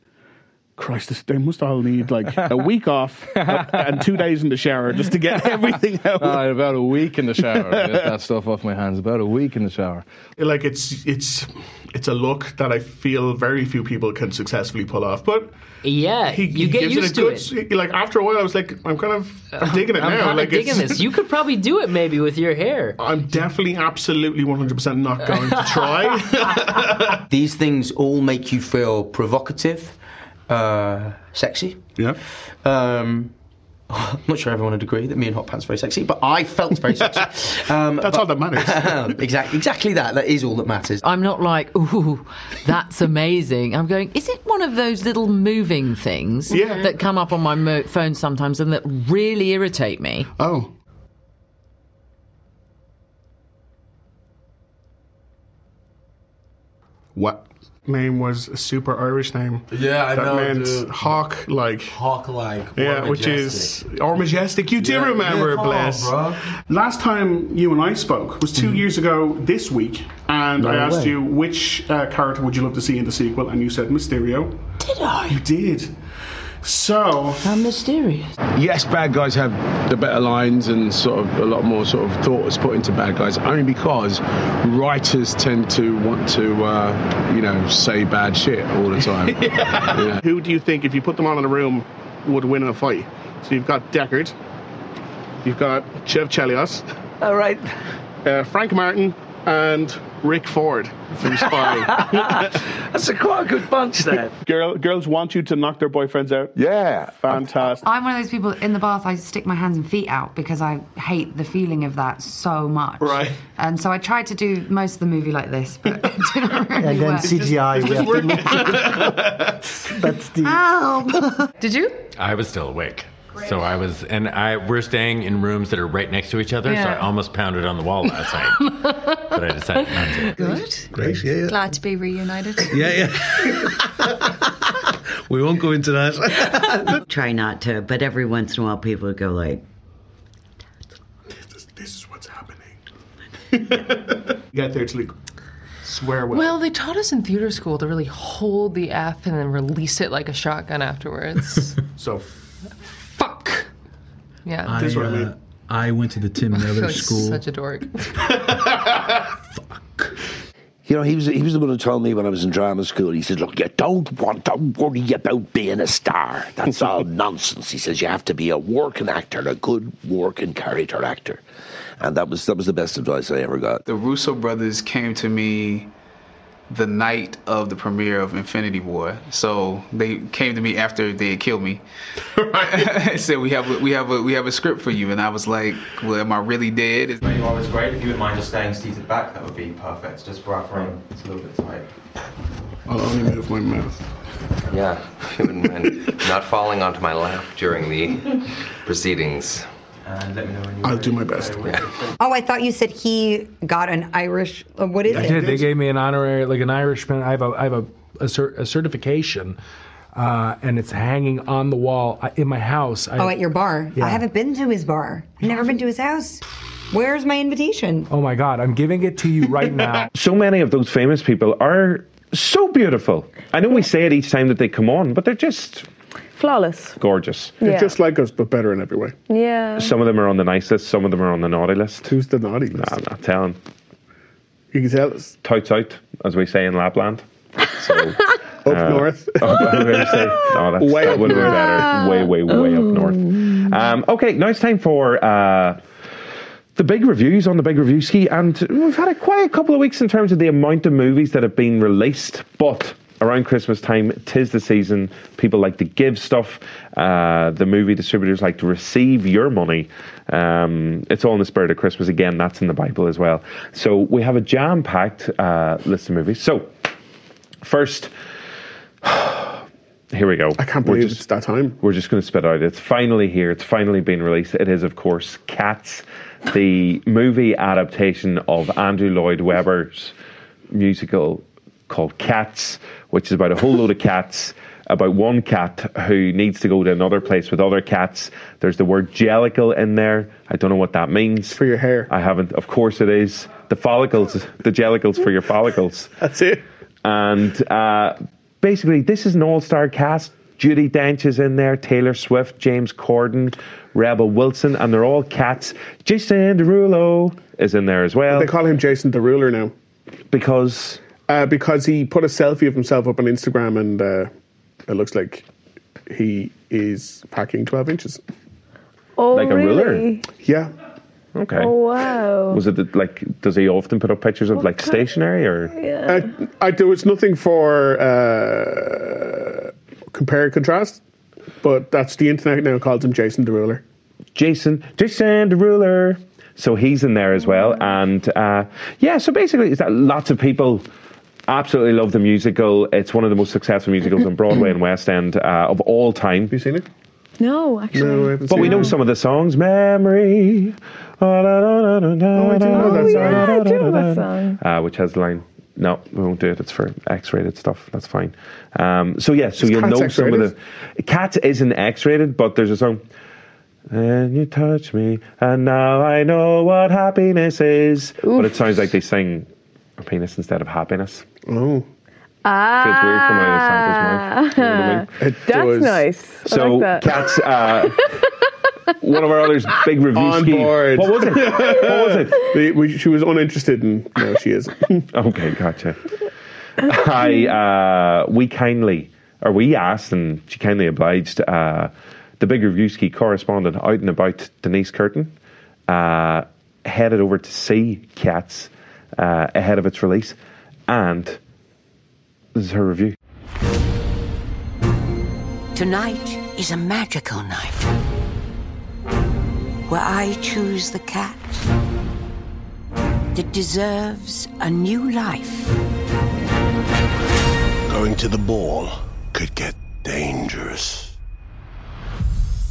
Speaker 13: Christ, this, they must all need like a week off uh, and two days in the shower just to get everything out.
Speaker 14: Uh, about a week in the shower. Get that stuff off my hands. About a week in the shower.
Speaker 3: Like it's it's it's a look that I feel very few people can successfully pull off, but.
Speaker 15: Yeah, you get
Speaker 3: gives
Speaker 15: used
Speaker 3: it a
Speaker 15: to
Speaker 3: good,
Speaker 15: it. Uh,
Speaker 3: s- Like after a while, I was like, I'm kind of I'm digging it
Speaker 15: I'm
Speaker 3: now.
Speaker 15: kinda
Speaker 3: like it's-
Speaker 15: digging this. You could probably do it maybe with your hair.
Speaker 3: I'm definitely, absolutely, 100 percent not going to try.
Speaker 16: These things all make you feel provocative, uh, sexy.
Speaker 3: Yeah.
Speaker 16: Um, I'm not sure everyone would agree that me and Hot Pants are very sexy, but I felt very sexy. Um, That's all
Speaker 3: that matters.
Speaker 16: exactly, exactly that. That is all that matters.
Speaker 17: I'm not like, ooh, that's amazing. I'm going, is it one of those little moving things
Speaker 16: Yeah.
Speaker 17: that come up on my mo- phone sometimes and that really irritate me?
Speaker 3: Oh.
Speaker 6: What
Speaker 3: name was a super Irish name?
Speaker 6: Yeah, I
Speaker 3: that
Speaker 6: know,
Speaker 3: meant
Speaker 6: dude.
Speaker 3: hawk like.
Speaker 6: Hawk like.
Speaker 3: Yeah, which is or majestic. You do
Speaker 6: Yeah,
Speaker 3: remember,
Speaker 6: yeah, come on,
Speaker 3: bless.
Speaker 6: bro. Mm.
Speaker 3: Last time you and I spoke was 2 years ago this week, and
Speaker 6: No
Speaker 3: I asked
Speaker 6: way.
Speaker 3: you which uh, character would you love to see in the sequel, and you said Mysterio. Did I? You did. So
Speaker 15: I'm mysterious.
Speaker 18: Yes, bad guys have the better lines and sort of a lot more sort of thought is put into bad guys, only because writers tend to want to, uh, you know, say bad shit all the time. Yeah.
Speaker 3: Who do you think, if you put them all in a room, would win in a fight? So you've got Deckard, you've got Chev Chelios. All right. Uh, Frank Martin and Rick Ford from Spy. That's a quite a good bunch, there. Girl, girls want you to knock their boyfriends out. Yeah. Fantastic.
Speaker 7: I'm one of those people in the bath. I stick my hands and feet out because I hate the feeling of that so much.
Speaker 3: Right.
Speaker 7: And so I tried to do most of the movie like this, but it didn't really
Speaker 19: And then
Speaker 7: work.
Speaker 19: CGI. we have to make it- That's the.
Speaker 7: Help! Did you?
Speaker 20: I was still awake. So I was, and I we're staying in rooms that are right next to each other. So
Speaker 21: Yeah.
Speaker 20: I almost pounded on the wall last night, but I decided not to.
Speaker 21: Good.
Speaker 20: Great,
Speaker 21: Glad to be reunited.
Speaker 22: Yeah, yeah. we won't go into that. Try not to, but every once in a while, people go like,
Speaker 3: This is what's happening. you get there to like swear well.
Speaker 23: Well, they taught us in theater school to really hold the F and then release it like a shotgun afterwards.
Speaker 3: so
Speaker 23: yeah,
Speaker 22: I, uh, I went to the Tim
Speaker 23: I feel
Speaker 22: Miller
Speaker 23: like
Speaker 22: school.
Speaker 23: Such a dork.
Speaker 24: You know, he was he was the one who told me when I was in drama school. He said, "Look, you don't want to worry about being a star. That's all nonsense." He says you have to be a working actor, a good working character actor, and that was that was the best advice I ever got.
Speaker 5: The Russo brothers came to me the night of the premiere of Infinity War. So they came to me after they had killed me. Right. said we have a, we have a we have a script for you, and I was like, well, am I really dead?
Speaker 25: You are was great. If you would mind just staying seated back, that would be perfect. Just for our frame, it's a little bit tight.
Speaker 3: I'll only move my mouth.
Speaker 25: Yeah, if you wouldn't mind not falling onto my lap during the proceedings. And let me know when
Speaker 3: I'll do my best.
Speaker 26: Oh, I thought you said he got an Irish. uh, What is
Speaker 15: I
Speaker 26: it?
Speaker 15: did. They gave me an honorary, like an Irishman. I have a, I have a, a, cer- a certification, uh, and it's hanging on the wall I- in my house. I,
Speaker 26: oh, at your bar.
Speaker 15: Yeah.
Speaker 26: I haven't been to his bar. I've never been to his house. Where's my invitation?
Speaker 15: Oh my God! I'm giving it to you right now.
Speaker 2: So many of those famous people are so beautiful. I know we say it each time that they come on, but they're just
Speaker 4: Flawless.
Speaker 2: gorgeous.
Speaker 4: They're Yeah. just
Speaker 2: like us, but better in every way.
Speaker 4: Yeah.
Speaker 2: Some of them are on the nice list, some of them are on the naughty list. Who's the naughty list? Nah, I'm not telling.
Speaker 13: You can tell us.
Speaker 2: Touts out, as we say in Lapland. So,
Speaker 13: Up north.
Speaker 2: up north, say, no, Oh, that's,
Speaker 13: Way
Speaker 2: that
Speaker 13: up
Speaker 2: would have been
Speaker 13: north.
Speaker 2: better. Way, way, way up north. Um, okay, now it's time for uh, the big reviews on the big review ski, and we've had a quiet couple of weeks in terms of the amount of movies that have been released, but. Around Christmas time, tis the season. People like to give stuff. Uh, the movie distributors like to receive your money. Um, it's all in the spirit of Christmas. Again, that's in the Bible as well. So we have a jam-packed uh, list of movies. So first, Here we go.
Speaker 3: I can't believe it's that time.
Speaker 2: We're just going to spit out. It's finally here. It's finally been released. It is, of course, Cats, the movie adaptation of Andrew Lloyd Webber's musical called Cats, which is about a whole load of cats, about one cat who needs to go to another place with other cats. There's the word jellicle in there. I don't know what that means. For
Speaker 3: your hair.
Speaker 2: I haven't. Of course it is. The follicles, the jellicles for your follicles.
Speaker 3: That's it.
Speaker 2: And uh, basically, this is an all star cast. Judy Dench is in there, Taylor Swift, James Corden, Rebel Wilson, and they're all cats. Jason Derulo is in there as well.
Speaker 3: They call him Jason Deruler now.
Speaker 2: Because
Speaker 3: uh, because he put a selfie of himself up on Instagram and uh, it looks like he is packing 12 inches.
Speaker 4: Oh,
Speaker 2: Like a ruler?
Speaker 4: really?
Speaker 3: Yeah.
Speaker 2: Okay.
Speaker 4: Oh, wow.
Speaker 2: Was it that, like? Does he often put up pictures of like stationery or?
Speaker 4: Yeah.
Speaker 3: I, I, there was nothing for uh, compare and contrast, but that's the internet now calls him Jason Deruler.
Speaker 2: Jason, Jason Deruler. So he's in there as well, and uh, yeah. So basically, it's that lots of people absolutely love the musical. It's one of the most successful musicals on Broadway and West End uh, of all time. Have you
Speaker 3: seen it?
Speaker 4: No, actually.
Speaker 2: But we know some of the songs. Memory. Oh, I do
Speaker 4: know that song. Yeah, I do know that song.
Speaker 2: uh, which has the line. No, we won't do it. It's for X-rated stuff. That's fine. Um, so yeah, so
Speaker 3: Is
Speaker 2: you'll
Speaker 3: Cats
Speaker 2: know some of
Speaker 3: X-rated?
Speaker 2: the Cats isn't X-rated, but there's a song. And you touch me, and now I know what happiness is. But it sounds like they sing a penis instead of happiness.
Speaker 3: Oh,
Speaker 2: Feels weird coming
Speaker 4: Ah.
Speaker 2: out of Santa's mouth. You know what I mean?
Speaker 4: That's nice. I
Speaker 2: So
Speaker 4: like that.
Speaker 2: Cats. Uh, One of our others' big review
Speaker 3: On
Speaker 2: scheme.
Speaker 3: board.
Speaker 2: What was it? What was it?
Speaker 3: The- we- she was uninterested, and now she is.
Speaker 2: okay, gotcha. I uh, we kindly or we asked and she kindly obliged uh, the big review ski correspondent out and about Denise Curtin uh, headed over to see Cats uh, ahead of its release and this is her review.
Speaker 1: Tonight is a magical night where I choose the cat that deserves a new life.
Speaker 5: Going to the ball could get dangerous.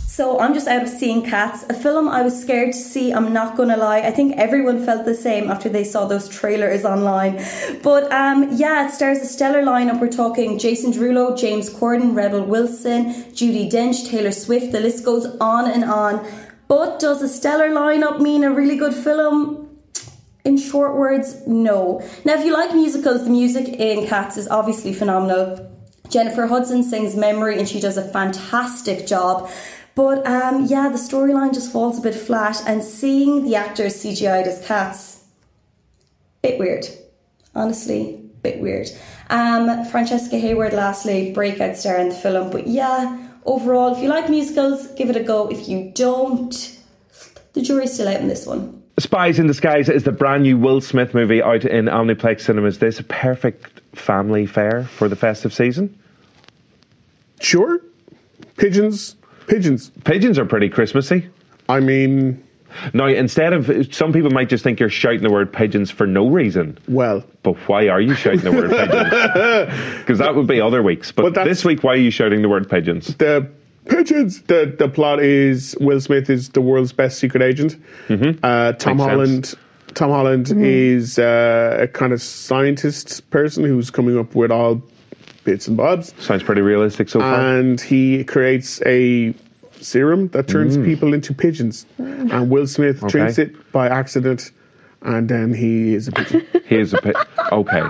Speaker 6: So I'm just out of seeing Cats, a film I was scared to see, I'm not gonna lie. I think everyone felt the same after they saw those trailers online. But um, yeah, it stars a stellar lineup. We're talking Jason Derulo, James Corden, Rebel Wilson, Judy Dench, Taylor Swift, the list goes on and on. But does a stellar lineup mean a really good film? In short words, no. Now, if you like musicals, the music in Cats is obviously phenomenal. Jennifer Hudson sings Memory and she does a fantastic job. But um, yeah, the storyline just falls a bit flat, and seeing the actors CGI'd as cats, bit weird. Honestly, bit weird. Um, Francesca Hayward, lastly, breakout star in the film. But yeah, overall, if you like musicals, give it a go. If you don't, the jury's still out on this one.
Speaker 2: Spies in Disguise is the brand new Will Smith movie out in Omniplex Cinemas. This a perfect family fare for the festive season.
Speaker 3: Sure. Pigeons. Pigeons.
Speaker 2: Pigeons are pretty Christmassy.
Speaker 3: I mean.
Speaker 2: Now, instead of. Some people might just think you're shouting the word pigeons for no reason.
Speaker 3: Well.
Speaker 2: But why are you shouting the word pigeons? Because that would be other weeks. But, this week, why are you shouting the word pigeons?
Speaker 3: The pigeons. The the plot is Will Smith is the world's best secret agent. Uh,
Speaker 2: Mm-hmm.
Speaker 3: Tom
Speaker 2: Makes
Speaker 3: Holland. Tom Holland is uh, a kind of scientist person who's coming up with all bits and bobs.
Speaker 2: Sounds pretty realistic so far.
Speaker 3: and he creates a serum that turns
Speaker 2: Mm.
Speaker 3: people into pigeons. And Will Smith
Speaker 2: Okay.
Speaker 3: drinks it by accident, and then he is a pigeon.
Speaker 2: Here's a. Pi- okay.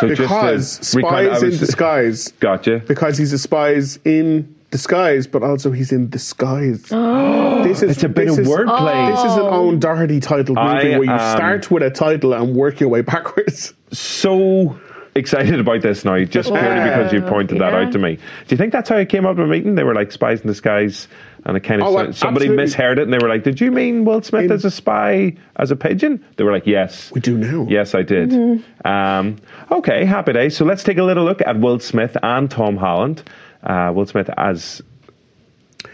Speaker 2: So
Speaker 3: because
Speaker 2: just to recount, I
Speaker 3: spies in
Speaker 2: was-
Speaker 3: disguise.
Speaker 2: Gotcha.
Speaker 3: Because he's a spies in disguise, but also he's in disguise.
Speaker 2: Oh. It's a bit
Speaker 3: this
Speaker 2: of wordplay.
Speaker 3: This is an own Doherty titled movie
Speaker 2: I,
Speaker 3: where you
Speaker 2: um,
Speaker 3: start with a title and work your way backwards.
Speaker 2: So excited about this now, just purely
Speaker 3: Wow.
Speaker 2: because you pointed that
Speaker 3: Yeah.
Speaker 2: out to me. Do you think that's how it came up in a meeting? They were like spies in disguise, and it kind of
Speaker 3: Oh,
Speaker 2: sound- somebody
Speaker 3: absolutely.
Speaker 2: misheard it, and they were like, "Did you mean Will Smith as a spy as a pigeon?" They were like, "Yes, we
Speaker 3: do now."
Speaker 2: Yes, I did.
Speaker 3: Mm-hmm.
Speaker 2: Um, okay, happy day. So let's take a little look at Will Smith and Tom Holland. Uh, Will Smith as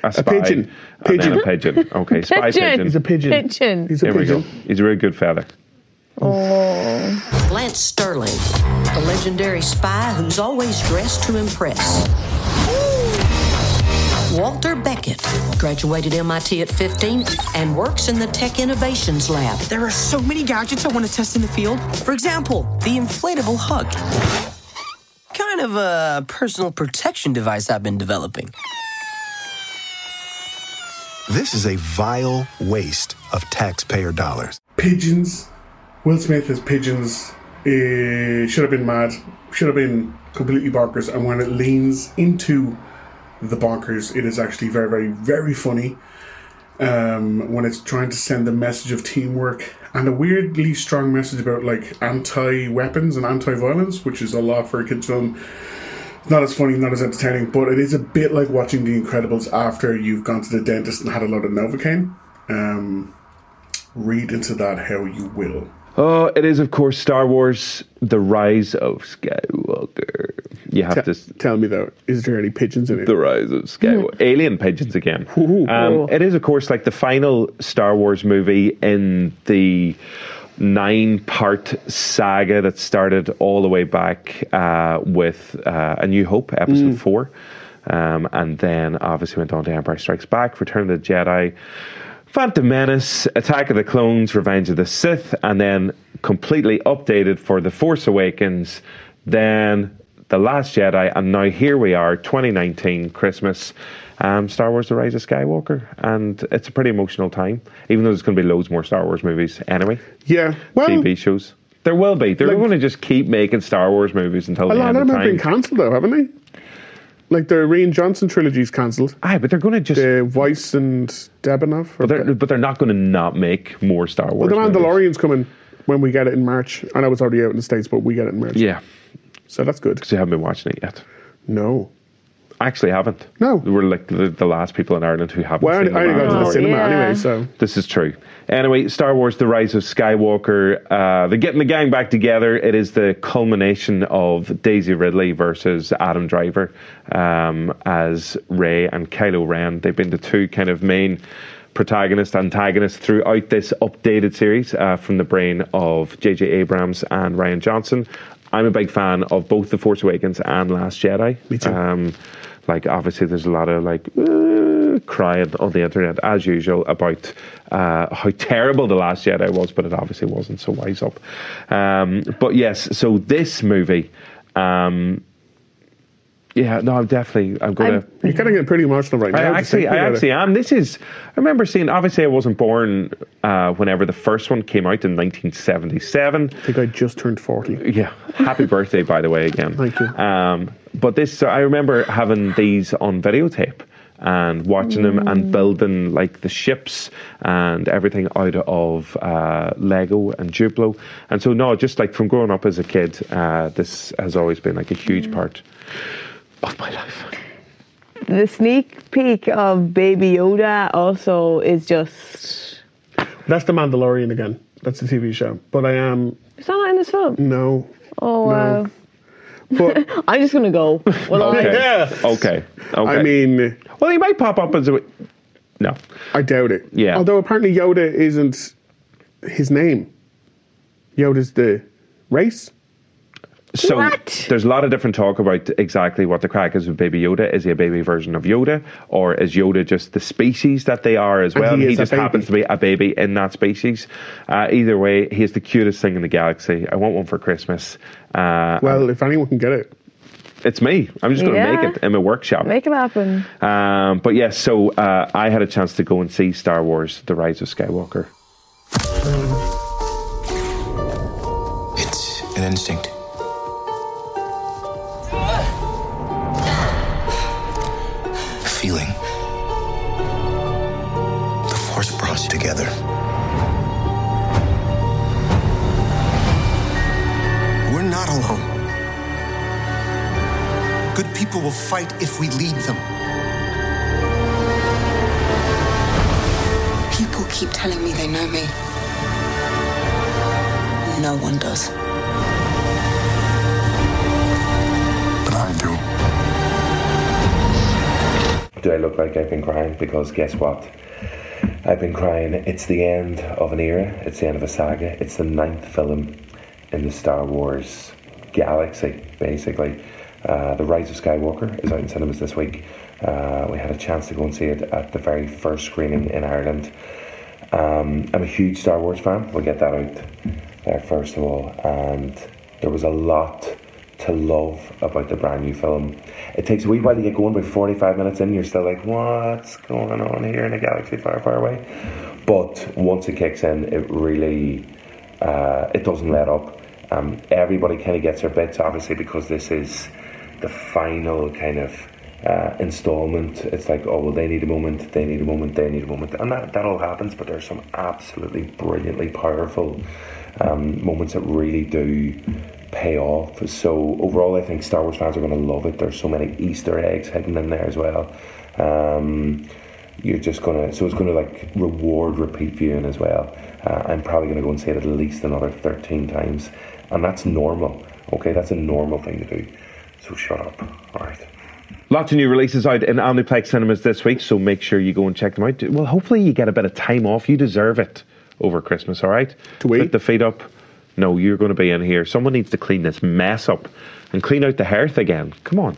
Speaker 2: a, spy
Speaker 3: pigeon.
Speaker 2: and then a
Speaker 3: Pigeon.
Speaker 2: pigeon. Okay, spy pigeon.
Speaker 4: Pigeon.
Speaker 2: Here we go. He's a really good feather.
Speaker 1: Lance Sterling, a legendary spy who's always dressed to impress.
Speaker 7: Walter Beckett graduated MIT at 15 and works in the Tech Innovations Lab.
Speaker 27: There are so many gadgets I want to test in the field. For example, the inflatable hug. Kind of a personal protection device I've been developing.
Speaker 28: This is a vile waste of taxpayer dollars.
Speaker 3: Pigeons. Will Smith as pigeons eh, should have been mad. Should have been completely bonkers. And when it leans into the bonkers, it is actually very, very, very funny. Um, when it's trying to send the message of teamwork and a weirdly strong message about like anti-weapons and anti-violence, which is a lot for a kids' film. Not as funny, not as entertaining, but it is a bit like watching The Incredibles after you've gone to the dentist and had a load of Novocaine. Um, read into that how you will.
Speaker 2: Oh, it is, of course, Star Wars The Rise of Skywalker. You have to. s-
Speaker 3: Tell me though, is there any pigeons in it?
Speaker 2: The Rise of Skywalker. Alien pigeons again. Um, it is, of course, like the final Star Wars movie in the nine part saga that started all the way back uh, with uh, A New Hope, episode
Speaker 29: Mm.
Speaker 2: four. Um, and then obviously went on to Empire Strikes Back, Return of the Jedi, Phantom Menace, Attack of the Clones, Revenge of the Sith, and then completely updated for The Force Awakens, then The Last Jedi, and now here we are, 2019 Christmas, um, Star Wars The Rise of Skywalker. And it's a pretty emotional time, even though there's going to be loads more Star Wars movies anyway,
Speaker 3: Yeah. Well,
Speaker 2: TV shows. There will be. They're
Speaker 3: Like-
Speaker 2: going to just keep making Star Wars movies until
Speaker 3: a
Speaker 2: the
Speaker 3: lot
Speaker 2: end
Speaker 3: of
Speaker 2: of
Speaker 3: them have been
Speaker 2: time.
Speaker 3: cancelled though, haven't they? Like the Rian Johnson trilogy's cancelled.
Speaker 2: Aye, but they're going to just
Speaker 3: the Uh, Weiss and Debenov.
Speaker 2: But they're, but they're not going to not make more Star
Speaker 3: Well,
Speaker 2: Wars.
Speaker 3: the
Speaker 2: movies.
Speaker 3: Mandalorian's coming when we get it in March. I know it's already out in the states, but we get it in March.
Speaker 2: Yeah.
Speaker 3: So that's good.
Speaker 2: Because you haven't been watching it yet.
Speaker 3: No.
Speaker 2: I actually haven't.
Speaker 3: No.
Speaker 2: We're like the, the last people in Ireland who haven't
Speaker 3: Well, I
Speaker 2: seen
Speaker 3: only- I only
Speaker 2: The
Speaker 3: go to the
Speaker 2: Mandalorian.
Speaker 3: cinema Oh, Yeah. anyway, so-
Speaker 2: This is true. Anyway, Star Wars The Rise of Skywalker. Uh, they're getting the gang back together. It is the culmination of Daisy Ridley versus Adam Driver um, as Ray and Kylo Ren. They've been the two kind of main protagonist antagonist throughout this updated series uh, from the brain of J.J. Abrams and Ryan Johnson. I'm a big fan of both The Force Awakens and Last Jedi. Me too. Um, like obviously, there's a lot of like uh, crying on the internet as usual about uh, how terrible The Last Jedi was, but it obviously wasn't. So wise up. Um, but yes, so this movie. Um, yeah, no, I'm definitely. I'm going to.
Speaker 3: You're kind of getting pretty emotional right now.
Speaker 2: I
Speaker 3: just
Speaker 2: actually,
Speaker 3: thinking
Speaker 2: I
Speaker 3: about it.
Speaker 2: actually am. This is. I remember seeing. Obviously, I wasn't born uh, whenever the first one came out in 1977. I
Speaker 3: think I just turned 40.
Speaker 2: Yeah. Happy birthday, by the way, again. Thank you. Um, but this, so I remember having these on videotape and watching them
Speaker 3: Mm.
Speaker 2: and building like the ships and everything out of uh, Lego and Duplo. And so, no, just like from growing up as a kid, uh, this has always been like a huge
Speaker 3: Mm.
Speaker 2: part.
Speaker 4: The sneak peek of Baby Yoda also is just.
Speaker 3: That's the Mandalorian again. That's the TV show. But I am
Speaker 4: Is that not in this film?
Speaker 3: no.
Speaker 4: Oh wow.
Speaker 3: But
Speaker 4: I'm just gonna go. Well,
Speaker 2: Okay.
Speaker 4: I-
Speaker 2: okay. Okay.
Speaker 3: I mean,
Speaker 2: well, he might pop up as a. No,
Speaker 3: I doubt it.
Speaker 2: Yeah.
Speaker 3: Although apparently Yoda isn't his name. Yoda's the race.
Speaker 2: So there's a lot of different talk about exactly what the crack is with Baby Yoda. Is he a baby version of Yoda, or is Yoda just the species that they are as
Speaker 29: And
Speaker 2: well?
Speaker 29: he is a
Speaker 2: just
Speaker 29: baby.
Speaker 2: happens to be a baby in that species. Uh, either way, he is the cutest thing in the galaxy. I want one for Christmas. Uh,
Speaker 3: Well, if anyone can get it,
Speaker 2: it's me. I'm just going to
Speaker 4: Yeah.
Speaker 2: make it in my workshop.
Speaker 4: Make it happen.
Speaker 2: Um, but yes, so uh, I had a chance to go and see Star Wars: The Rise of Skywalker.
Speaker 28: It's an instinct. A feeling. The force brought us together.
Speaker 5: We're not alone. Good people will fight if we lead them.
Speaker 30: People keep telling me they know me. No one does.
Speaker 5: But I do.
Speaker 2: Do I look like I've been crying? Because guess what? I've been crying. It's the end of an era. It's the end of a saga. It's the ninth film in the Star Wars galaxy, basically. Uh, the Rise of Skywalker is out in cinemas this week.
Speaker 31: Uh, we had a chance to go and see it at the very first screening in Ireland. Um, I'm a huge Star Wars fan. We'll get that out there first of all. And there was a lot to love about the brand new film. It takes a wee while to get going, but 45 minutes in, you're still like, what's going on here in a galaxy far, far away? But once it kicks in, it really uh, it doesn't let up. Um, everybody kind of gets their bits, obviously, because this is the final kind of uh, installment. It's like, oh, well, they need a moment, they need a moment, they need a moment. And that, that all happens, but there's some absolutely brilliantly powerful um, moments that really do pay off. So, overall, I think Star Wars fans are going to love it. There's so many Easter eggs hidden in there as well. Um, you're just gonna so it's gonna like reward repeat viewing as well. Uh, I'm probably gonna go and say it at least another 13 times, and that's normal. Okay, that's a normal thing to do. So shut up. All right.
Speaker 2: Lots of new releases out in Omniplex cinemas this week, so make sure you go and check them out. Well, hopefully you get a bit of time off. You deserve it over Christmas, all right? To wait. Put the feet up. No, you're going to be in here. Someone needs to clean this mess up and clean out the hearth again. Come on.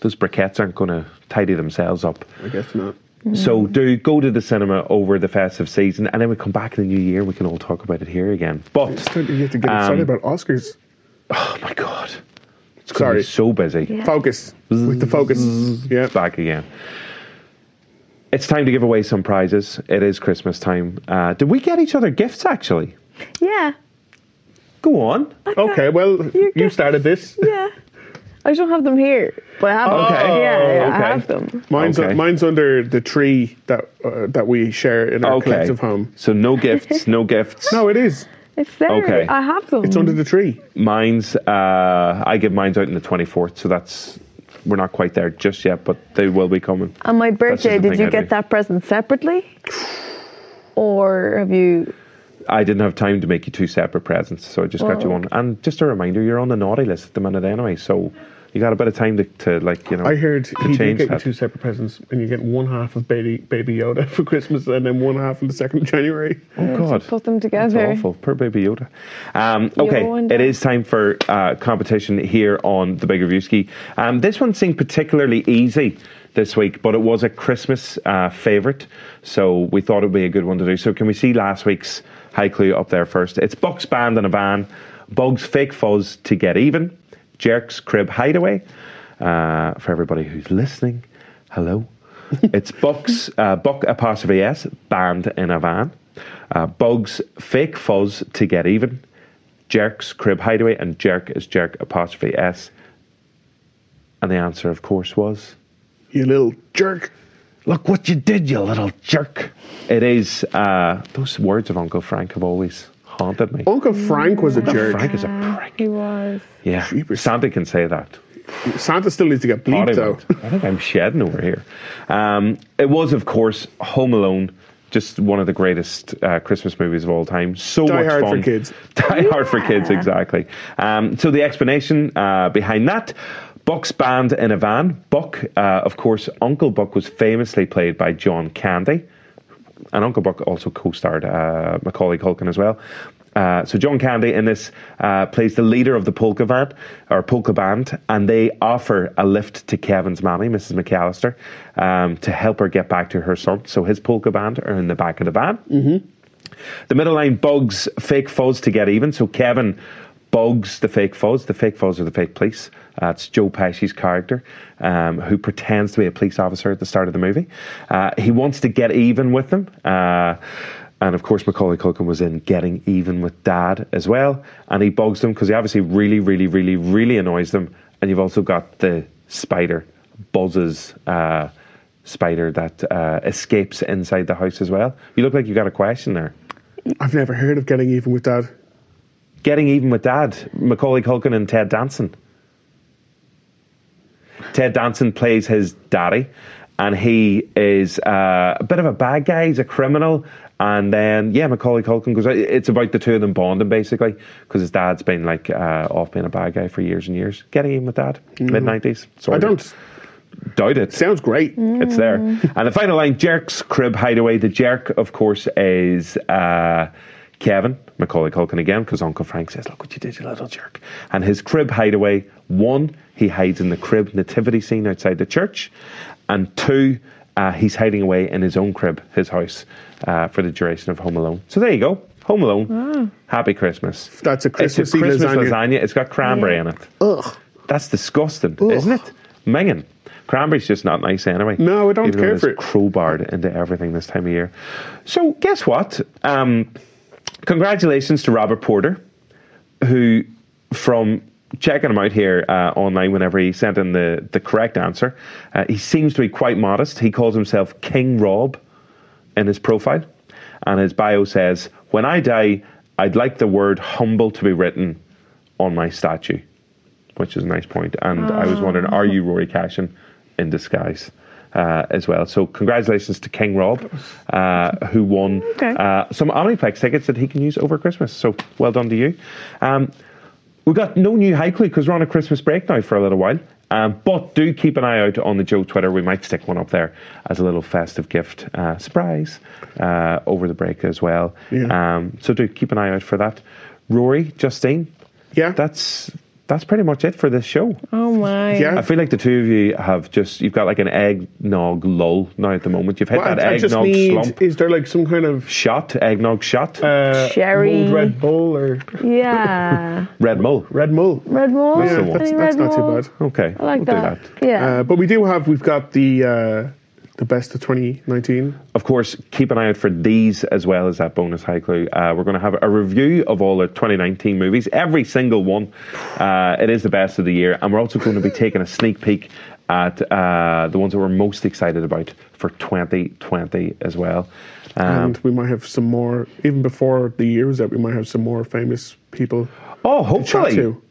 Speaker 2: Those briquettes aren't going to tidy themselves up. Mm-hmm.
Speaker 3: I guess not.
Speaker 2: So do go to the cinema over the festive season, and then we come back in the new year. We can all talk about it here again. But
Speaker 3: It's time to get, to get excited
Speaker 2: um,
Speaker 3: about Oscars.
Speaker 2: Oh my god! It's gonna
Speaker 3: Sorry.
Speaker 2: be so busy.
Speaker 3: Yeah. Focus. With the focus. Yeah.
Speaker 2: Back again. It's time to give away some prizes. It is Christmas time. Uh, did we get each other gifts actually?
Speaker 4: Yeah.
Speaker 2: Go on.
Speaker 3: Okay, well, you started this.
Speaker 4: Yeah. I just don't have them here, but I have them.
Speaker 3: Okay.
Speaker 4: Yeah, yeah,
Speaker 3: Okay.
Speaker 4: I have them.
Speaker 3: Mine's
Speaker 2: Okay.
Speaker 3: mine's under the tree that uh, that we share in our
Speaker 2: Okay.
Speaker 3: collective home.
Speaker 2: So no gifts. No gifts.
Speaker 3: No, it is.
Speaker 4: It's there.
Speaker 2: Okay.
Speaker 4: I have them.
Speaker 3: It's under the tree.
Speaker 2: Mine's. Uh, I give mine's out on the twenty fourth. So that's we're not quite there just yet, but they will be coming.
Speaker 4: On my
Speaker 2: That's just
Speaker 4: birthday,
Speaker 2: the
Speaker 4: did
Speaker 2: thing
Speaker 4: you
Speaker 2: I
Speaker 4: get
Speaker 2: do.
Speaker 4: that present separately? Or have you.
Speaker 2: I didn't have time to make you two separate presents, so I just got you
Speaker 4: Oh.
Speaker 2: one. And just a reminder, you're on the naughty list at the minute anyway, so you got a bit of time to, to like you know.
Speaker 3: I heard
Speaker 2: to
Speaker 3: he did
Speaker 2: change
Speaker 3: get you
Speaker 2: that.
Speaker 3: two separate presents, and you get one half of baby baby Yoda for Christmas, and then one half on the second of January.
Speaker 2: Oh God,
Speaker 4: Put them together.
Speaker 2: That's awful. Poor baby Yoda. Um, okay,
Speaker 4: one
Speaker 2: it is time for uh, competition here on the Big Review Ski. Um, this one seemed particularly easy this week, but it was a Christmas uh, favourite, so oh, we thought it would be a good one to do. So can we see last week's high clue up there first? It's Bucks Band in a Van, Bugs Fake Fuzz to Get Even, Jerks Crib Hideaway. Uh, for everybody who's listening, hello. it's Bucks, uh, Buck apostrophe S, Band in a Van. Uh, Bugs, fake fuzz to get even. Jerks, crib hideaway, and jerk is jerk apostrophe s. And the answer, of course, was
Speaker 3: you little jerk.
Speaker 2: Look what you did, you little jerk. It is uh, those words of Uncle Frank have always haunted me.
Speaker 3: Uncle Frank was a
Speaker 2: Uncle
Speaker 3: jerk.
Speaker 2: Frank is a
Speaker 4: He was.
Speaker 2: yeah. Santa can say that.
Speaker 3: Santa still needs to get bleeped though.
Speaker 2: I think I'm shedding over here. Um, it was, of course, Home Alone, just one of the greatest uh, Christmas movies of all time. So
Speaker 3: Die
Speaker 2: much
Speaker 3: Hard for
Speaker 2: fun.
Speaker 3: kids.
Speaker 2: Die Hard for kids, exactly. Um, so the explanation uh, behind that. Buck's band in a van. Buck, uh, of course, Uncle Buck was famously played by John Candy and Uncle Buck also co-starred uh, Macaulay Culkin as well. Uh, so John Candy in this uh, plays the leader of the polka band, or polka band, and they offer a lift to Kevin's mommy, Mrs. McAllister, um, to help her get back to her son. So his polka band are in the back of the van. Mm-hmm. The middle line bugs fake fuzz to get even. So Kevin bugs the fake fuzz. The fake fuzz are the fake police. Uh, it's Joe Pesci's character um, who pretends to be a police officer at the start of the movie. Uh, he wants to get even with them. Uh, and of course, Macaulay Culkin was in Getting Even with Dad as well. And he bugs them because he obviously really, really, really, really annoys them. And you've also got the spider, Buzz's uh, spider that uh, escapes inside the house as well. You look like you got a question there.
Speaker 3: I've never heard of getting even with dad.
Speaker 2: Getting Even with Dad, Macaulay Culkin and Ted Danson. Ted Danson plays his daddy, and he is uh, a bit of a bad guy. He's a criminal, and then yeah, Macaulay Culkin goes. It's about the two of them bonding basically because his dad's been like uh, off being a bad guy for years and years. Getting Even with Dad, mid nineties. Mm-hmm. I don't doubt it.
Speaker 3: Sounds great.
Speaker 2: It's there, and the final line: Jerks crib hideaway. The jerk, of course, is. Uh, Kevin, Macaulay Culkin again, because Uncle Frank says, Look what you did, you little jerk. And his crib hideaway, one, he hides in the crib nativity scene outside the church. and two, uh, he's hiding away in his own crib, his house, uh, for the duration of Home Alone. So there you go, Home Alone. Happy Christmas. it's
Speaker 3: That's a
Speaker 2: a
Speaker 3: Christmassy
Speaker 2: Christmas lasagna.
Speaker 3: lasagna.
Speaker 2: It's got cranberry in it.
Speaker 3: Ugh.
Speaker 2: That's disgusting, isn't it? Minging. Cranberry's just not nice anyway.
Speaker 3: No, I don't
Speaker 2: Even though
Speaker 3: care
Speaker 2: it's
Speaker 3: for it.
Speaker 2: Crowbarred into everything this time of year. So guess what? Um, congratulations to Robert Porter, who from checking him out here uh, online whenever he sent in the, the correct answer, uh, he seems to be quite modest. He calls himself King Rob in his profile, and his bio says, "When I die, I'd like the word humble to be written on my statue," which is a nice point. And I was wondering, are you Rory Cashin in disguise? Uh, as well, so congratulations to King Rob, uh, who won uh, some Omniplex tickets that he can use over Christmas. So well done to you. Um, We've got no new haiku because we're on a Christmas break now for a little while. Um, but do keep an eye out on the Joe Twitter. We might stick one up there as a little festive gift uh, surprise uh, over the break as well.
Speaker 3: Yeah.
Speaker 2: Um, so do keep an eye out for that. Rory, Justine.
Speaker 3: Yeah.
Speaker 2: That's that's pretty much it for this show.
Speaker 4: Oh my.
Speaker 2: I feel like the two of you have just you've got like an eggnog lull now at the moment. You've hit
Speaker 3: Well,
Speaker 2: that
Speaker 3: I, I just
Speaker 2: eggnog
Speaker 3: need,
Speaker 2: slump.
Speaker 3: Is there like some kind of
Speaker 2: Shot eggnog shot.
Speaker 3: uh,
Speaker 4: Sherry.
Speaker 3: mulled Red Bull or
Speaker 4: Yeah.
Speaker 2: Red Mull.
Speaker 3: Red Mull?
Speaker 4: Red Mole?
Speaker 3: Yeah,
Speaker 4: Any
Speaker 3: that's,
Speaker 4: Red
Speaker 3: that's not
Speaker 4: Mole?
Speaker 3: too bad.
Speaker 2: Okay,
Speaker 4: I like that. Yeah.
Speaker 3: Uh, but we do have we've got the uh, the best of 2019.
Speaker 2: Of course, keep an eye out for these as well as that bonus high clue. Uh, we're going to have a review of all our 2019 movies, every single one. Uh, it is the best of the year, and we're also going to be taking a sneak peek at uh, the ones that we're most excited about for 2020 as well. Um,
Speaker 3: and we might have some more even before the year's out. We might have some more famous people.
Speaker 2: oh,
Speaker 3: to chat
Speaker 2: hopefully.
Speaker 3: to.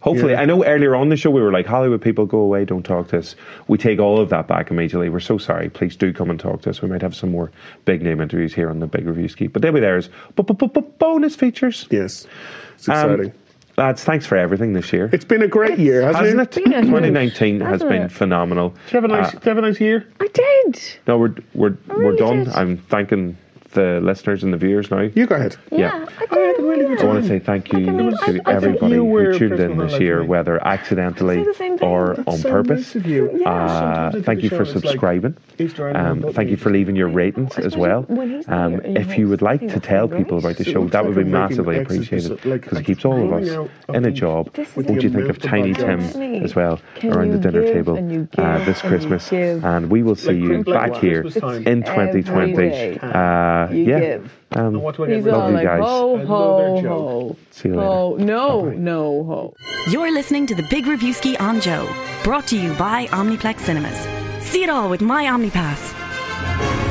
Speaker 2: Hopefully,
Speaker 3: Yeah.
Speaker 2: I know earlier on the show we were like, Hollywood people, go away, don't talk to us. We take all of that back immediately. We're so sorry. Please do come and talk to us. We might have some more big name interviews here on the Big Review Ski, but they'll be there as bu- bu- bu- bu- bonus features.
Speaker 3: Yes, it's
Speaker 2: Um,
Speaker 3: exciting.
Speaker 2: lads, thanks for everything this year.
Speaker 3: it's been a great year, hasn't,
Speaker 2: Hasn't it?
Speaker 3: it?
Speaker 2: 2019 has
Speaker 4: Hasn't
Speaker 2: been
Speaker 4: it?
Speaker 2: phenomenal.
Speaker 3: Did you have a nice,
Speaker 2: Uh,
Speaker 3: did you have a nice year?
Speaker 4: I did.
Speaker 2: no, we're we're, we're
Speaker 4: really
Speaker 2: done.
Speaker 4: Oh, did.
Speaker 2: I'm thanking the listeners and the viewers now.
Speaker 3: You go ahead.
Speaker 2: Yeah.
Speaker 4: I did. really
Speaker 2: I want to say thank you
Speaker 4: mean, I- I
Speaker 2: to
Speaker 4: think
Speaker 2: everybody
Speaker 3: you were
Speaker 2: who tuned
Speaker 3: personal
Speaker 2: in this
Speaker 3: like
Speaker 2: year,
Speaker 3: me.
Speaker 2: whether accidentally
Speaker 4: Say the same thing.
Speaker 2: or
Speaker 4: That's
Speaker 2: on
Speaker 3: so
Speaker 2: purpose.
Speaker 3: nice of you. Yeah,
Speaker 2: Uh,
Speaker 3: sometimes I do
Speaker 2: thank
Speaker 3: the
Speaker 2: you
Speaker 3: show
Speaker 2: for
Speaker 3: and it's like
Speaker 2: subscribing.
Speaker 3: Easter Island
Speaker 2: Um,
Speaker 3: and
Speaker 2: thank you for leaving your ratings as well.
Speaker 4: when he's
Speaker 2: Um,
Speaker 4: here, you
Speaker 2: if
Speaker 4: know,
Speaker 2: you would
Speaker 4: I
Speaker 2: like
Speaker 4: think
Speaker 2: to
Speaker 4: that's
Speaker 2: tell
Speaker 4: all right.
Speaker 2: people about the
Speaker 4: So
Speaker 2: show,
Speaker 4: it's
Speaker 2: that would be
Speaker 3: like I'm making
Speaker 2: massively
Speaker 3: X's
Speaker 2: appreciated
Speaker 3: because, like,
Speaker 2: because it
Speaker 3: I'm
Speaker 2: keeps all of
Speaker 3: running
Speaker 2: us
Speaker 3: out of
Speaker 2: in a
Speaker 3: things
Speaker 2: job.
Speaker 4: This
Speaker 2: What
Speaker 3: is
Speaker 2: do you think
Speaker 3: the
Speaker 2: of
Speaker 3: amount of
Speaker 2: Tiny Tim
Speaker 3: podcasts.
Speaker 2: as well
Speaker 4: Can
Speaker 2: around the
Speaker 4: you
Speaker 2: dinner
Speaker 4: give
Speaker 2: table
Speaker 4: and you
Speaker 2: uh,
Speaker 4: give
Speaker 2: this
Speaker 4: and you
Speaker 2: Christmas?
Speaker 4: give.
Speaker 2: And we will see you
Speaker 3: Christmas
Speaker 2: back
Speaker 3: time.
Speaker 2: here
Speaker 3: Christmas time.
Speaker 2: in
Speaker 4: It's
Speaker 2: 2020.
Speaker 4: every
Speaker 2: Uh,
Speaker 4: You
Speaker 2: yeah.
Speaker 4: give.
Speaker 2: Um,
Speaker 3: what do I
Speaker 4: He's
Speaker 3: get?
Speaker 4: all
Speaker 2: Love you
Speaker 4: like, "Oh,
Speaker 2: guys.
Speaker 4: ho, ho,
Speaker 3: Another joke.
Speaker 4: ho.
Speaker 2: See you later.
Speaker 4: Ho, no, no, ho.
Speaker 29: You're listening to the Big Review Ski on Joe, brought to you by Omniplex Cinemas. See it all with my OmniPass.